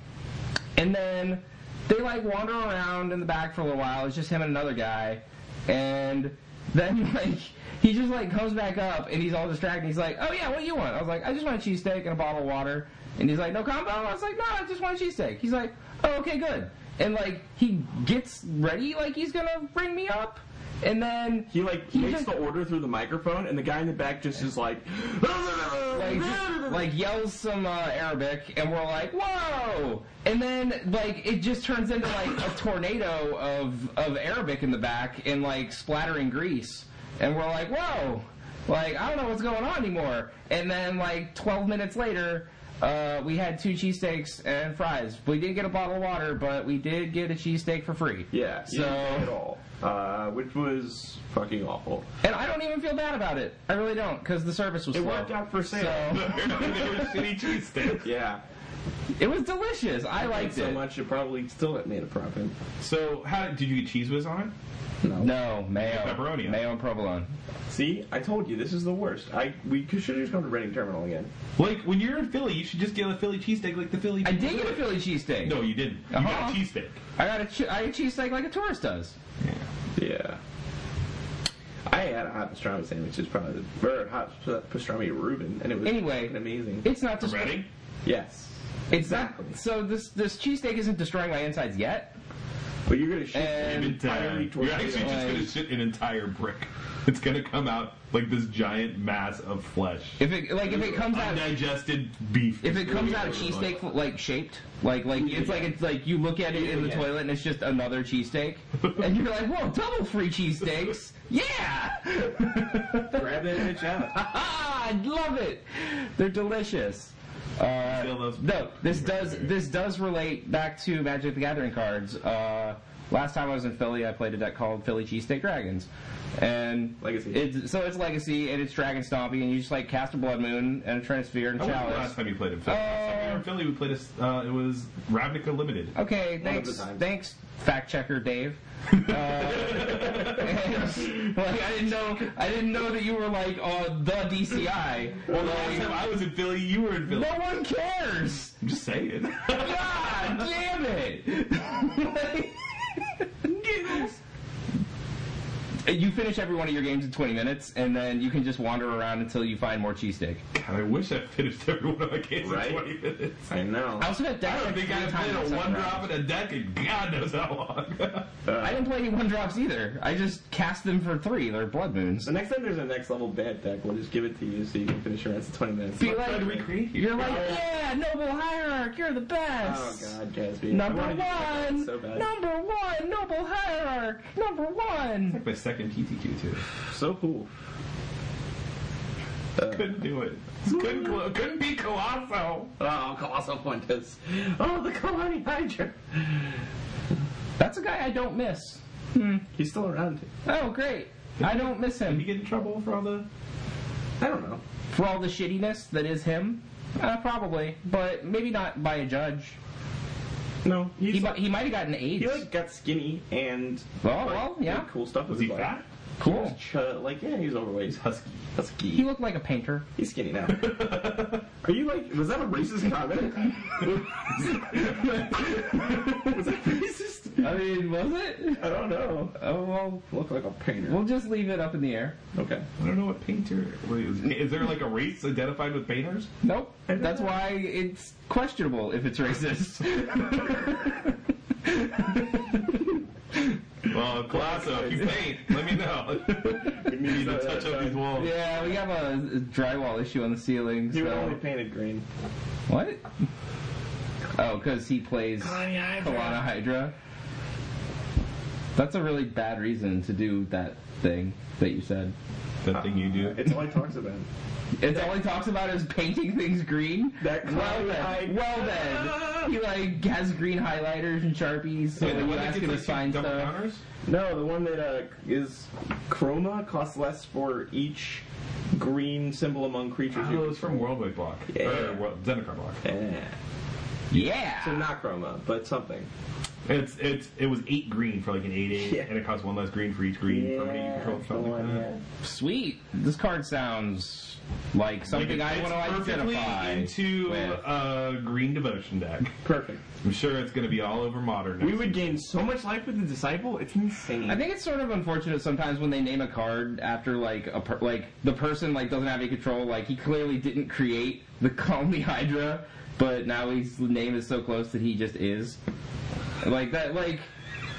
Speaker 2: And then they like wander around in the back for a little while. It's just him and another guy. And then like he just like comes back up and he's all distracted. He's like, "Oh yeah, what do you want?" I was like, "I just want a cheesesteak and a bottle of water." And he's like, "No combo." I was like, "No, I just want a cheesesteak." He's like, "Oh okay, good." And like he gets ready like he's gonna ring me up. And then
Speaker 3: He like
Speaker 2: He
Speaker 3: makes
Speaker 2: just-
Speaker 3: the order through the microphone, and the guy in the back just is like,
Speaker 2: like, just, like yells some uh, Arabic, and we're like, "Whoa!" And then like it just turns into like a tornado of of Arabic in the back and like splattering grease, and we're like, "Whoa!" Like I don't know what's going on anymore. And then like 12 minutes later. Uh, we had two cheesesteaks and fries. We didn't get a bottle of water, but we did get a cheesesteak for free.
Speaker 3: yeah,
Speaker 2: So-
Speaker 3: so at all, uh, which was fucking awful.
Speaker 2: And I don't even feel bad about it. I really don't, because the service was
Speaker 3: It
Speaker 2: slow.
Speaker 3: worked out for sale.
Speaker 2: So,
Speaker 1: shitty cheesesteak.
Speaker 3: Yeah,
Speaker 2: it was delicious. I liked
Speaker 3: so
Speaker 2: it.
Speaker 3: much it probably still had made a profit.
Speaker 1: So, how did you get cheese whiz on it?
Speaker 2: No, mayo.
Speaker 1: Pepperoni.
Speaker 2: Mayo and provolone.
Speaker 3: See, I told you this is the worst. I we should have just gone to Reading Terminal again.
Speaker 1: Like when you're in Philly, you should just get a Philly cheesesteak like the Philly.
Speaker 2: I did get a Philly cheesesteak.
Speaker 1: No, you didn't. You
Speaker 2: Uh-huh.
Speaker 1: got a cheesesteak.
Speaker 2: I got a, che- I got a cheesesteak like a tourist does.
Speaker 3: Yeah. I had a hot pastrami sandwich. It's probably the or hot pa- pastrami Reuben, and it was
Speaker 2: Anyway.
Speaker 3: fucking amazing.
Speaker 2: It's not just
Speaker 1: Ready?
Speaker 3: yes,
Speaker 2: It's not.
Speaker 3: Exactly.
Speaker 2: So this this cheesesteak isn't destroying my insides yet.
Speaker 3: but you're gonna shoot
Speaker 2: And-
Speaker 3: entirely
Speaker 1: uh, You're actually
Speaker 3: torpedo.
Speaker 1: just gonna shit an entire brick. It's gonna come out like this giant mass of flesh.
Speaker 2: If it like if it comes out
Speaker 1: Undigested beef.
Speaker 2: if it comes out a cheesesteak like shaped like like it's like it's like you look at it in the
Speaker 3: Yeah.
Speaker 2: toilet and it's just another cheesesteak and you're like whoa double free cheesesteaks yeah
Speaker 3: grab that bitch out.
Speaker 2: Ah, I love it. They're delicious. Uh,
Speaker 1: Still those-
Speaker 2: no, this does this does relate back to Magic the Gathering cards. Uh, last time I was in Philly, I played a deck called Philly Cheesesteak Dragons, and
Speaker 3: Legacy.
Speaker 2: It's, so it's Legacy and it's Dragon Stomping, and you just like cast a Blood Moon and a Transphere and
Speaker 1: When was the
Speaker 2: Chalice.
Speaker 1: last time you played in Philly? last time we were in Philly, we played. A, s- uh, it was Ravnica Limited.
Speaker 2: Uh, Okay, thanks,
Speaker 3: the times.
Speaker 2: thanks, fact checker Dave. Uh, and, like I didn't know, I didn't know that you were like on the DCI.
Speaker 1: Well, the last time I was in Philly, you were in Philly.
Speaker 2: No one cares.
Speaker 1: I'm just saying.
Speaker 2: God damn it! you finish every one of your games in 20 minutes, and then you can just wander around until you find more cheesesteak.
Speaker 1: God, I wish I finished every one of my games
Speaker 3: Right?
Speaker 1: in 20 minutes.
Speaker 3: I know.
Speaker 2: I also had
Speaker 1: I
Speaker 2: deck
Speaker 1: don't
Speaker 2: like
Speaker 1: think
Speaker 2: three
Speaker 1: I played
Speaker 2: times
Speaker 1: a
Speaker 2: in
Speaker 1: one
Speaker 2: round.
Speaker 1: drop in a deck in God knows how long.
Speaker 2: I didn't play any one drops either. I just cast them for three. They're blood moons.
Speaker 3: The next time there's a next level bad deck, we'll just give it to you so you can finish your answer 20 minutes.
Speaker 2: Be
Speaker 1: Try to
Speaker 2: like,
Speaker 1: recreate
Speaker 2: you're
Speaker 1: you.
Speaker 2: like, yeah, noble hierarch, you're the
Speaker 3: Oh
Speaker 2: best.
Speaker 3: god, Casby.
Speaker 2: Number
Speaker 3: I wanted you to play that
Speaker 2: one,
Speaker 3: So bad.
Speaker 2: number one, noble hierarch, number one.
Speaker 1: My second PTQ too.
Speaker 3: So cool.
Speaker 1: Couldn't do it. Couldn't, clo- couldn't be Colosso.
Speaker 3: Oh, Colossal Fuentes. Oh, the Kalani Hydra.
Speaker 2: That's a guy I don't miss.
Speaker 3: He's still around.
Speaker 2: Oh, great. I don't miss
Speaker 1: Did he
Speaker 2: him.
Speaker 1: get in trouble for all the?
Speaker 3: I don't know.
Speaker 2: For all the shittiness that is him? Uh, probably. But maybe not by a judge.
Speaker 3: No, he's
Speaker 2: He,
Speaker 3: like,
Speaker 2: mi- he might have gotten AIDS.
Speaker 3: he like got skinny and
Speaker 2: well,
Speaker 3: like,
Speaker 2: well,
Speaker 3: did
Speaker 2: yeah.
Speaker 3: cool stuff.
Speaker 1: Was
Speaker 3: with
Speaker 1: he
Speaker 3: his
Speaker 1: fat?
Speaker 3: life.
Speaker 2: Cool.
Speaker 3: Ch- like yeah, he's overweight.
Speaker 1: He's husky.
Speaker 3: That's
Speaker 2: He
Speaker 3: key.
Speaker 2: looked like a painter.
Speaker 3: He's skinny now. Are you like? Was that a racist comment? was that racist?
Speaker 2: I mean, was it?
Speaker 3: I don't know.
Speaker 2: Oh, well,
Speaker 3: Look like a painter.
Speaker 2: we'll just leave it up in the air.
Speaker 3: Okay.
Speaker 1: I don't know what painter. Wait, is, is there like a race identified with painters?
Speaker 2: Nope. That's why it's questionable if it's racist.
Speaker 1: Well, Colosso, if you paint, let me know. we need to touch up these walls.
Speaker 2: yeah, we have a drywall issue on the ceiling.
Speaker 3: He
Speaker 2: so.
Speaker 3: was only painted green.
Speaker 2: What? Oh, because he plays
Speaker 3: Kalani Hydra.
Speaker 2: Kalana Hydra. That's a really bad reason to do that thing that you said.
Speaker 1: That thing you do.
Speaker 3: It's all he talks about.
Speaker 2: It's all he talks about is painting things green.
Speaker 3: That
Speaker 2: well then,
Speaker 3: clown-eyed-
Speaker 2: well then, he like has green highlighters and sharpies. So
Speaker 1: Wait,
Speaker 2: when you
Speaker 1: that
Speaker 2: ask
Speaker 1: gets,
Speaker 2: him to
Speaker 1: like, two
Speaker 2: find
Speaker 1: double
Speaker 2: stuff,
Speaker 1: counters?
Speaker 3: No, the one that uh, is chroma costs less for each green symbol among creatures.
Speaker 1: Oh, it's from Worldwide Block.
Speaker 3: Yeah.
Speaker 1: Or World, Zendikar Block.
Speaker 3: Eh.
Speaker 2: yeah,
Speaker 3: So not chroma, but something.
Speaker 1: It's it's it was eight green for like an eight eight,
Speaker 3: Yeah.
Speaker 1: and it costs one less green for each green permanent you control.
Speaker 3: that's the
Speaker 1: Something like
Speaker 3: one,
Speaker 1: that.
Speaker 3: yeah.
Speaker 2: sweet. This card sounds like something
Speaker 1: Like,
Speaker 2: I
Speaker 1: it
Speaker 2: want to
Speaker 1: fits perfectly
Speaker 2: identify
Speaker 1: into
Speaker 2: with.
Speaker 1: a green devotion deck.
Speaker 3: Perfect.
Speaker 1: I'm sure it's going to be all over modern.
Speaker 3: We would gain so much life with the disciple. It's insane.
Speaker 2: I think it's sort of unfortunate sometimes when they name a card after like a per- like the person like doesn't have any control. Like he clearly didn't create the calm the Hydra, but now his name is so close that he just is. Like that, like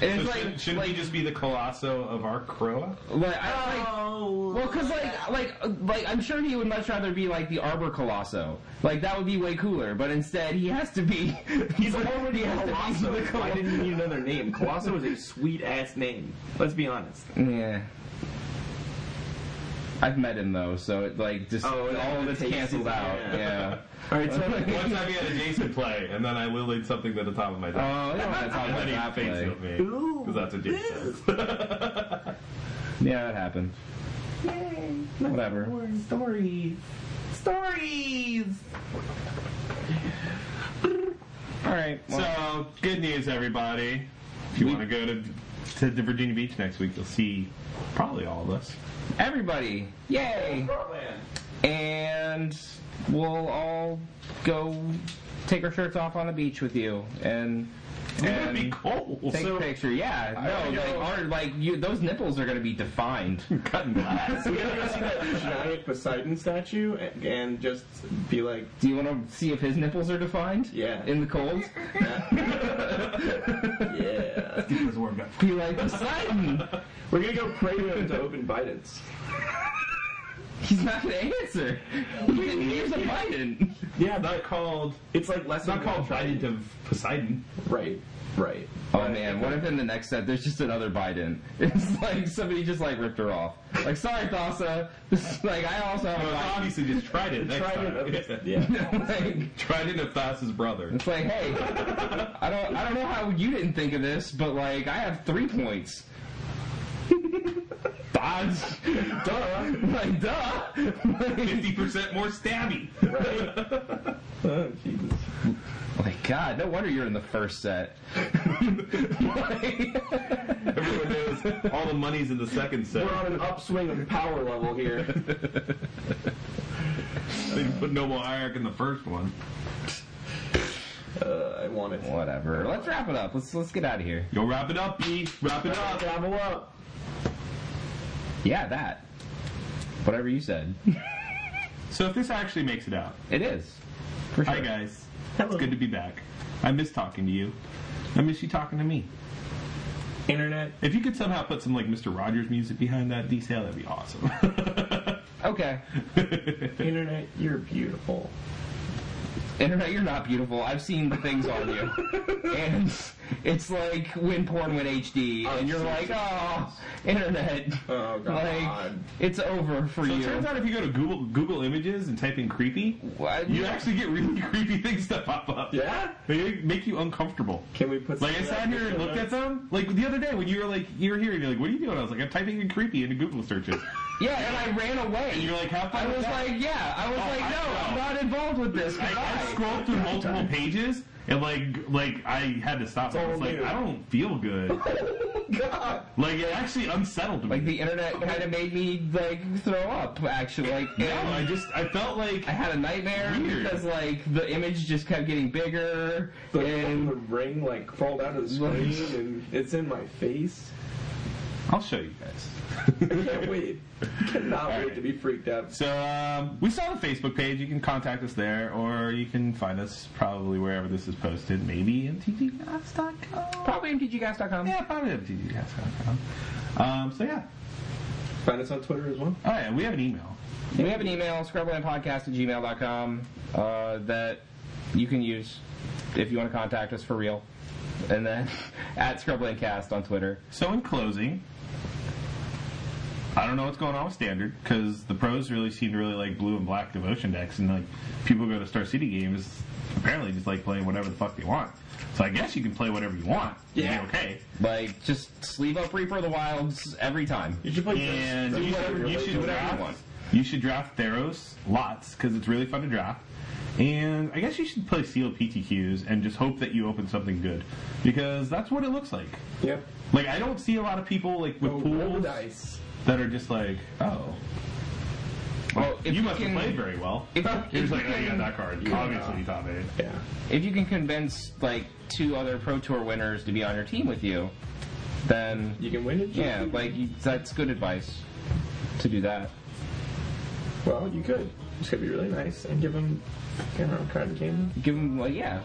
Speaker 2: and it's
Speaker 1: So shouldn't
Speaker 2: like
Speaker 1: shouldn't
Speaker 2: like,
Speaker 1: we just be the Colosso of our Croa?
Speaker 2: like I like.
Speaker 3: Oh,
Speaker 2: Well, because like, like, uh, like, I'm sure he would much rather be like the Arbor Colosso. Like that would be way cooler. But instead, he has to be. He's already he has to be the
Speaker 3: Colosso. Why didn't you need another name? Colosso is a sweet ass name. Let's be honest.
Speaker 2: Yeah. I've met him though, so it like just
Speaker 3: Oh, it
Speaker 2: all of it's
Speaker 3: takes-
Speaker 2: cancels out.
Speaker 3: yeah.
Speaker 2: Yeah. Oh,
Speaker 3: All right, so
Speaker 1: One time he had a Jason play, and then I lilied something to the top of my deck.
Speaker 2: Oh, we don't want to talk
Speaker 1: and
Speaker 2: about
Speaker 1: then he
Speaker 2: that
Speaker 1: face
Speaker 2: play.
Speaker 1: healed me.
Speaker 3: Ooh.
Speaker 1: Because that's what Jason does.
Speaker 2: Yeah, that happened.
Speaker 3: Yay.
Speaker 2: Whatever.
Speaker 3: Stories. Stories.
Speaker 2: All right. Well,
Speaker 1: So, good news, everybody. If you want to go to to the Virginia Beach next week, you'll see probably all of us.
Speaker 2: everybody, yay! And we'll all go take our shirts off on the beach with you and
Speaker 1: That'd be
Speaker 2: and
Speaker 1: cold.
Speaker 2: take
Speaker 1: So,
Speaker 2: a picture. Yeah. No, like, our, like you, those nipples are gonna be defined.
Speaker 1: cutting glass.
Speaker 3: We gotta go see that gigantic Poseidon statue and, and just be like,
Speaker 2: Do you want to see if his nipples are defined?
Speaker 3: Yeah.
Speaker 2: In the cold.
Speaker 3: yeah.
Speaker 1: It's warmed up.
Speaker 2: Be like Poseidon.
Speaker 3: We're gonna go pray to him to open Biden's.
Speaker 2: He's not gonna answer. He didn't use a Biden.
Speaker 1: Yeah, not called.
Speaker 3: It's like less
Speaker 1: It's not called
Speaker 3: Biden.
Speaker 1: Trident of Poseidon.
Speaker 3: Right. Right.
Speaker 2: Oh man, what if in the next set there's just another Biden? It's like somebody just like ripped her off. Like sorry, Thassa. This is like I also
Speaker 1: Oh, it's
Speaker 2: have
Speaker 1: obviously just Trident. Next
Speaker 3: Trident
Speaker 1: time.
Speaker 3: of yeah.
Speaker 2: a Biden. like,
Speaker 1: Trident of Thassa's brother.
Speaker 2: it's like hey, I don't I don't know how you didn't think of this, but like I have three points. Dodge.
Speaker 3: Duh.
Speaker 2: Like duh. Like,
Speaker 1: Fifty percent more stabby.
Speaker 3: Oh, Jesus.
Speaker 2: like God, no wonder you're in the first set.
Speaker 1: Everyone knows all the money's in the second set,
Speaker 3: We're on an upswing of power level here.
Speaker 1: They put Noble Hierarch in the first one.
Speaker 3: Uh, I want it.
Speaker 2: Whatever. Let's wrap it up. Let's let's get out of here.
Speaker 1: Yo, wrap it up, B. Wrap it up.
Speaker 3: Travel up.
Speaker 2: Yeah, that. Whatever you said.
Speaker 1: So if this actually makes it out,
Speaker 2: It is. For sure.
Speaker 1: hi guys, it's good to be back. I miss talking to you. I miss you talking to me.
Speaker 3: Internet.
Speaker 1: If you could somehow put some like Mr. Rogers music behind that detail, that'd be awesome.
Speaker 2: Okay.
Speaker 3: Internet, you're beautiful.
Speaker 2: Internet, you're not beautiful. I've seen the things on you. And it's like when porn went HD, and you're like, oh, Internet.
Speaker 3: Oh,
Speaker 2: Like,
Speaker 3: God.
Speaker 2: it's over for
Speaker 1: so it
Speaker 2: you.
Speaker 1: turns out if you go to Google Google Images and type in creepy,
Speaker 2: What?
Speaker 1: you actually get really creepy things that pop up.
Speaker 3: Yeah?
Speaker 1: They make you uncomfortable.
Speaker 3: Can we put
Speaker 1: Like I
Speaker 3: some
Speaker 1: sat here and looked at them. Like the other day when you were like you were here and you're like, what are you doing? I was like, I'm typing in creepy into Google searches.
Speaker 2: yeah, and I ran away.
Speaker 1: And you're like, how
Speaker 2: I
Speaker 1: fun
Speaker 2: was
Speaker 1: that?
Speaker 2: like, yeah. I was
Speaker 1: Oh,
Speaker 2: like,
Speaker 1: I
Speaker 2: no, I, am
Speaker 1: know.
Speaker 2: not involved with this.
Speaker 1: I, I
Speaker 2: Goodbye.
Speaker 1: scrolled through multiple pages and like like I had to stop. I was like,
Speaker 3: new.
Speaker 1: I don't feel good.
Speaker 3: God.
Speaker 1: Like it actually unsettled me.
Speaker 2: Like, the Internet kind of made me, like, throw up, actually. Like,
Speaker 1: no, I just I felt like
Speaker 2: I had a nightmare
Speaker 1: Weird.
Speaker 2: because like the image just kept getting bigger
Speaker 3: The, the
Speaker 2: and
Speaker 3: ring like crawled out of the screen and it's in my face.
Speaker 1: I'll show you guys.
Speaker 3: I can't wait. Cannot wait to be freaked out.
Speaker 1: So um, we saw the Facebook page. You can contact us there, or you can find us probably wherever this is posted. Maybe mtgcast.com.
Speaker 2: probably mtgguys.com.
Speaker 1: Yeah, probably mtgcast.com. Um, so yeah.
Speaker 3: Find us on Twitter as well.
Speaker 1: Oh yeah, we have an email.
Speaker 2: We have an email, scrublandpodcast at gmail.com, uh, that you can use if you want to contact us for real. and then at Scrubland Cast on Twitter.
Speaker 1: So in closing, I don't know what's going on with standard because the pros really seem to really like blue and black devotion decks, and like people go to Star City games apparently just like playing whatever the fuck they want. So I guess you can play whatever you want. and be
Speaker 3: Yeah.
Speaker 1: okay.
Speaker 2: Like, just sleeve up Reaper of the Wilds every time.
Speaker 3: You should play
Speaker 1: And
Speaker 3: just-
Speaker 1: you
Speaker 3: whatever
Speaker 1: should,
Speaker 3: your
Speaker 1: you
Speaker 3: late
Speaker 1: should
Speaker 3: game
Speaker 1: draft,
Speaker 3: you want.
Speaker 1: you should draft Theros lots because it's really fun to draft. And I guess you should play seal PTQs and just hope that you open something good because that's what it looks like.
Speaker 4: Yep.
Speaker 1: Like I don't see a lot of people like with
Speaker 4: Oh, roll the
Speaker 1: pools
Speaker 4: dice.
Speaker 1: that are just like, oh,
Speaker 2: Well, if
Speaker 1: you must
Speaker 2: can,
Speaker 1: have played very well.
Speaker 2: If,
Speaker 1: He
Speaker 2: if,
Speaker 1: was
Speaker 2: you
Speaker 1: like, oh, you got
Speaker 2: can,
Speaker 1: that card. Obviously, you top eight.
Speaker 4: Yeah.
Speaker 2: if you can convince, like, two other Pro Tour winners to be on your team with you, then,
Speaker 4: You can win it.
Speaker 2: yeah, like, you, that's good advice to do that.
Speaker 4: Well, you could. It's gonna be really nice and give him I don't know, card game.
Speaker 2: Give them, like, yeah.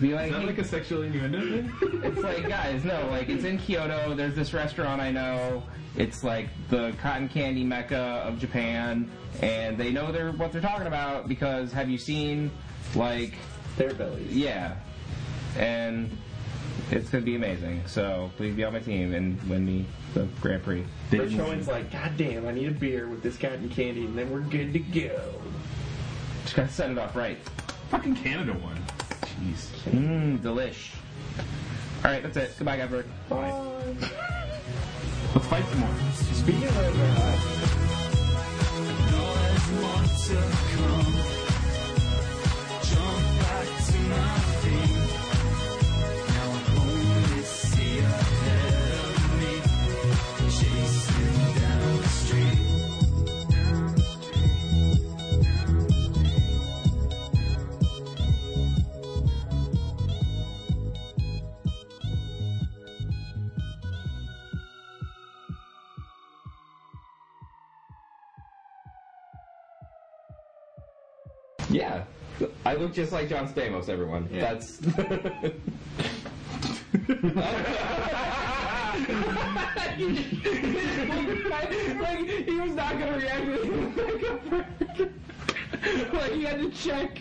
Speaker 2: Be like, hey,
Speaker 1: a sexual innuendo thing?
Speaker 2: it's like, guys, no, like, it's in Kyoto. There's this restaurant I know. It's like the cotton candy mecca of Japan, and they know they're what they're talking about because have you seen, like,
Speaker 4: Their bellies.
Speaker 2: yeah, and it's gonna be amazing. So please be on my team and win me the Grand Prix.
Speaker 4: Rich Owen's like, God damn, I need a beer with this cotton candy, and then we're good to go.
Speaker 2: Just gotta set it up right.
Speaker 1: Fucking Canada won. Jeez.
Speaker 2: Mmm, delish. All right, that's it. Goodbye, Gabber.
Speaker 4: Bye.
Speaker 1: Let's fight some more.
Speaker 4: Speaking of uh,
Speaker 2: Yeah, I look just like John Stamos. Everyone, that's like he was not gonna react to it. "Oh, like he had to check.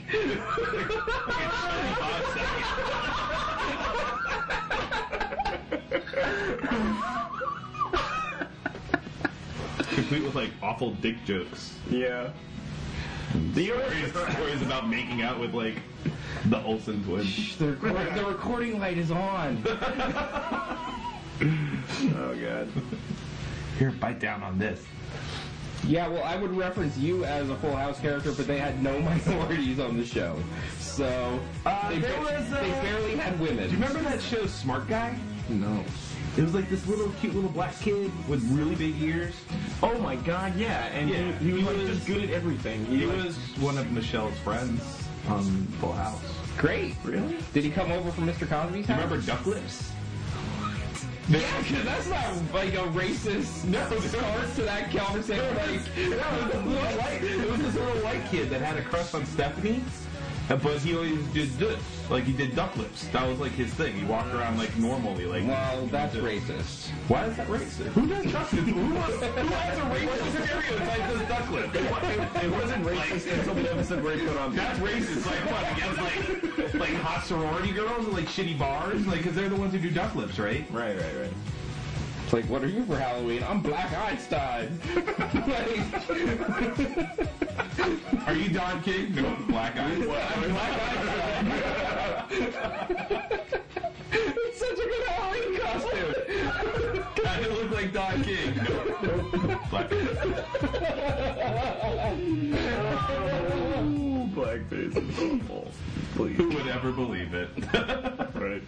Speaker 1: Complete with like awful dick jokes.
Speaker 4: yeah.
Speaker 1: The stories, stories about making out with like the Olsen twins.
Speaker 2: The, record- the recording light is on.
Speaker 4: Oh god.
Speaker 1: Here, bite down on this.
Speaker 2: Yeah, well, I would reference you as a Full House character, but they had no minorities on the show, so
Speaker 1: Uh,
Speaker 2: they,
Speaker 1: there
Speaker 2: ba-
Speaker 1: was, uh,
Speaker 2: they barely had women.
Speaker 1: Do you remember that show Smart Guy?
Speaker 3: No.
Speaker 1: It was like this little cute little black kid with really big ears.
Speaker 3: Oh my god, yeah, and
Speaker 1: Yeah,
Speaker 3: he, he was
Speaker 1: he
Speaker 3: like
Speaker 1: was-
Speaker 3: just good at everything.
Speaker 1: He
Speaker 3: like-
Speaker 1: was one of Michelle's friends on Full House.
Speaker 2: Great.
Speaker 3: really.
Speaker 2: Did he come over from Mr. Cosby's
Speaker 1: Do you
Speaker 2: house?
Speaker 1: remember Duck Lips?
Speaker 2: Yeah, because that's not like a racist no, start to that conversation. Like,
Speaker 1: It was this little white kid that had a crush on Stephanie, uh, but he always did this. Like he did duck lips. That was like his thing. He walked around like normally. Like
Speaker 2: well, that's racist.
Speaker 1: why is that racist? Who does duck lips? Who wants- who has a racist stereotype as duck lips? It, wasn't racist until the episode where he put on. That's racist. Like what? Against like like hot sorority girls and like shitty bars. Like because they're the ones who do duck lips, right?
Speaker 3: Right, right, right.
Speaker 2: It's like, what are you for Halloween? I'm Black Einstein. like,
Speaker 1: Are you Don King? No, black eyes.
Speaker 2: it's such a good Halloween costume.
Speaker 1: I look like Don King. No, black eyes.
Speaker 3: Blackface is awful.
Speaker 1: Who
Speaker 3: Please.
Speaker 1: would ever believe it?
Speaker 3: right.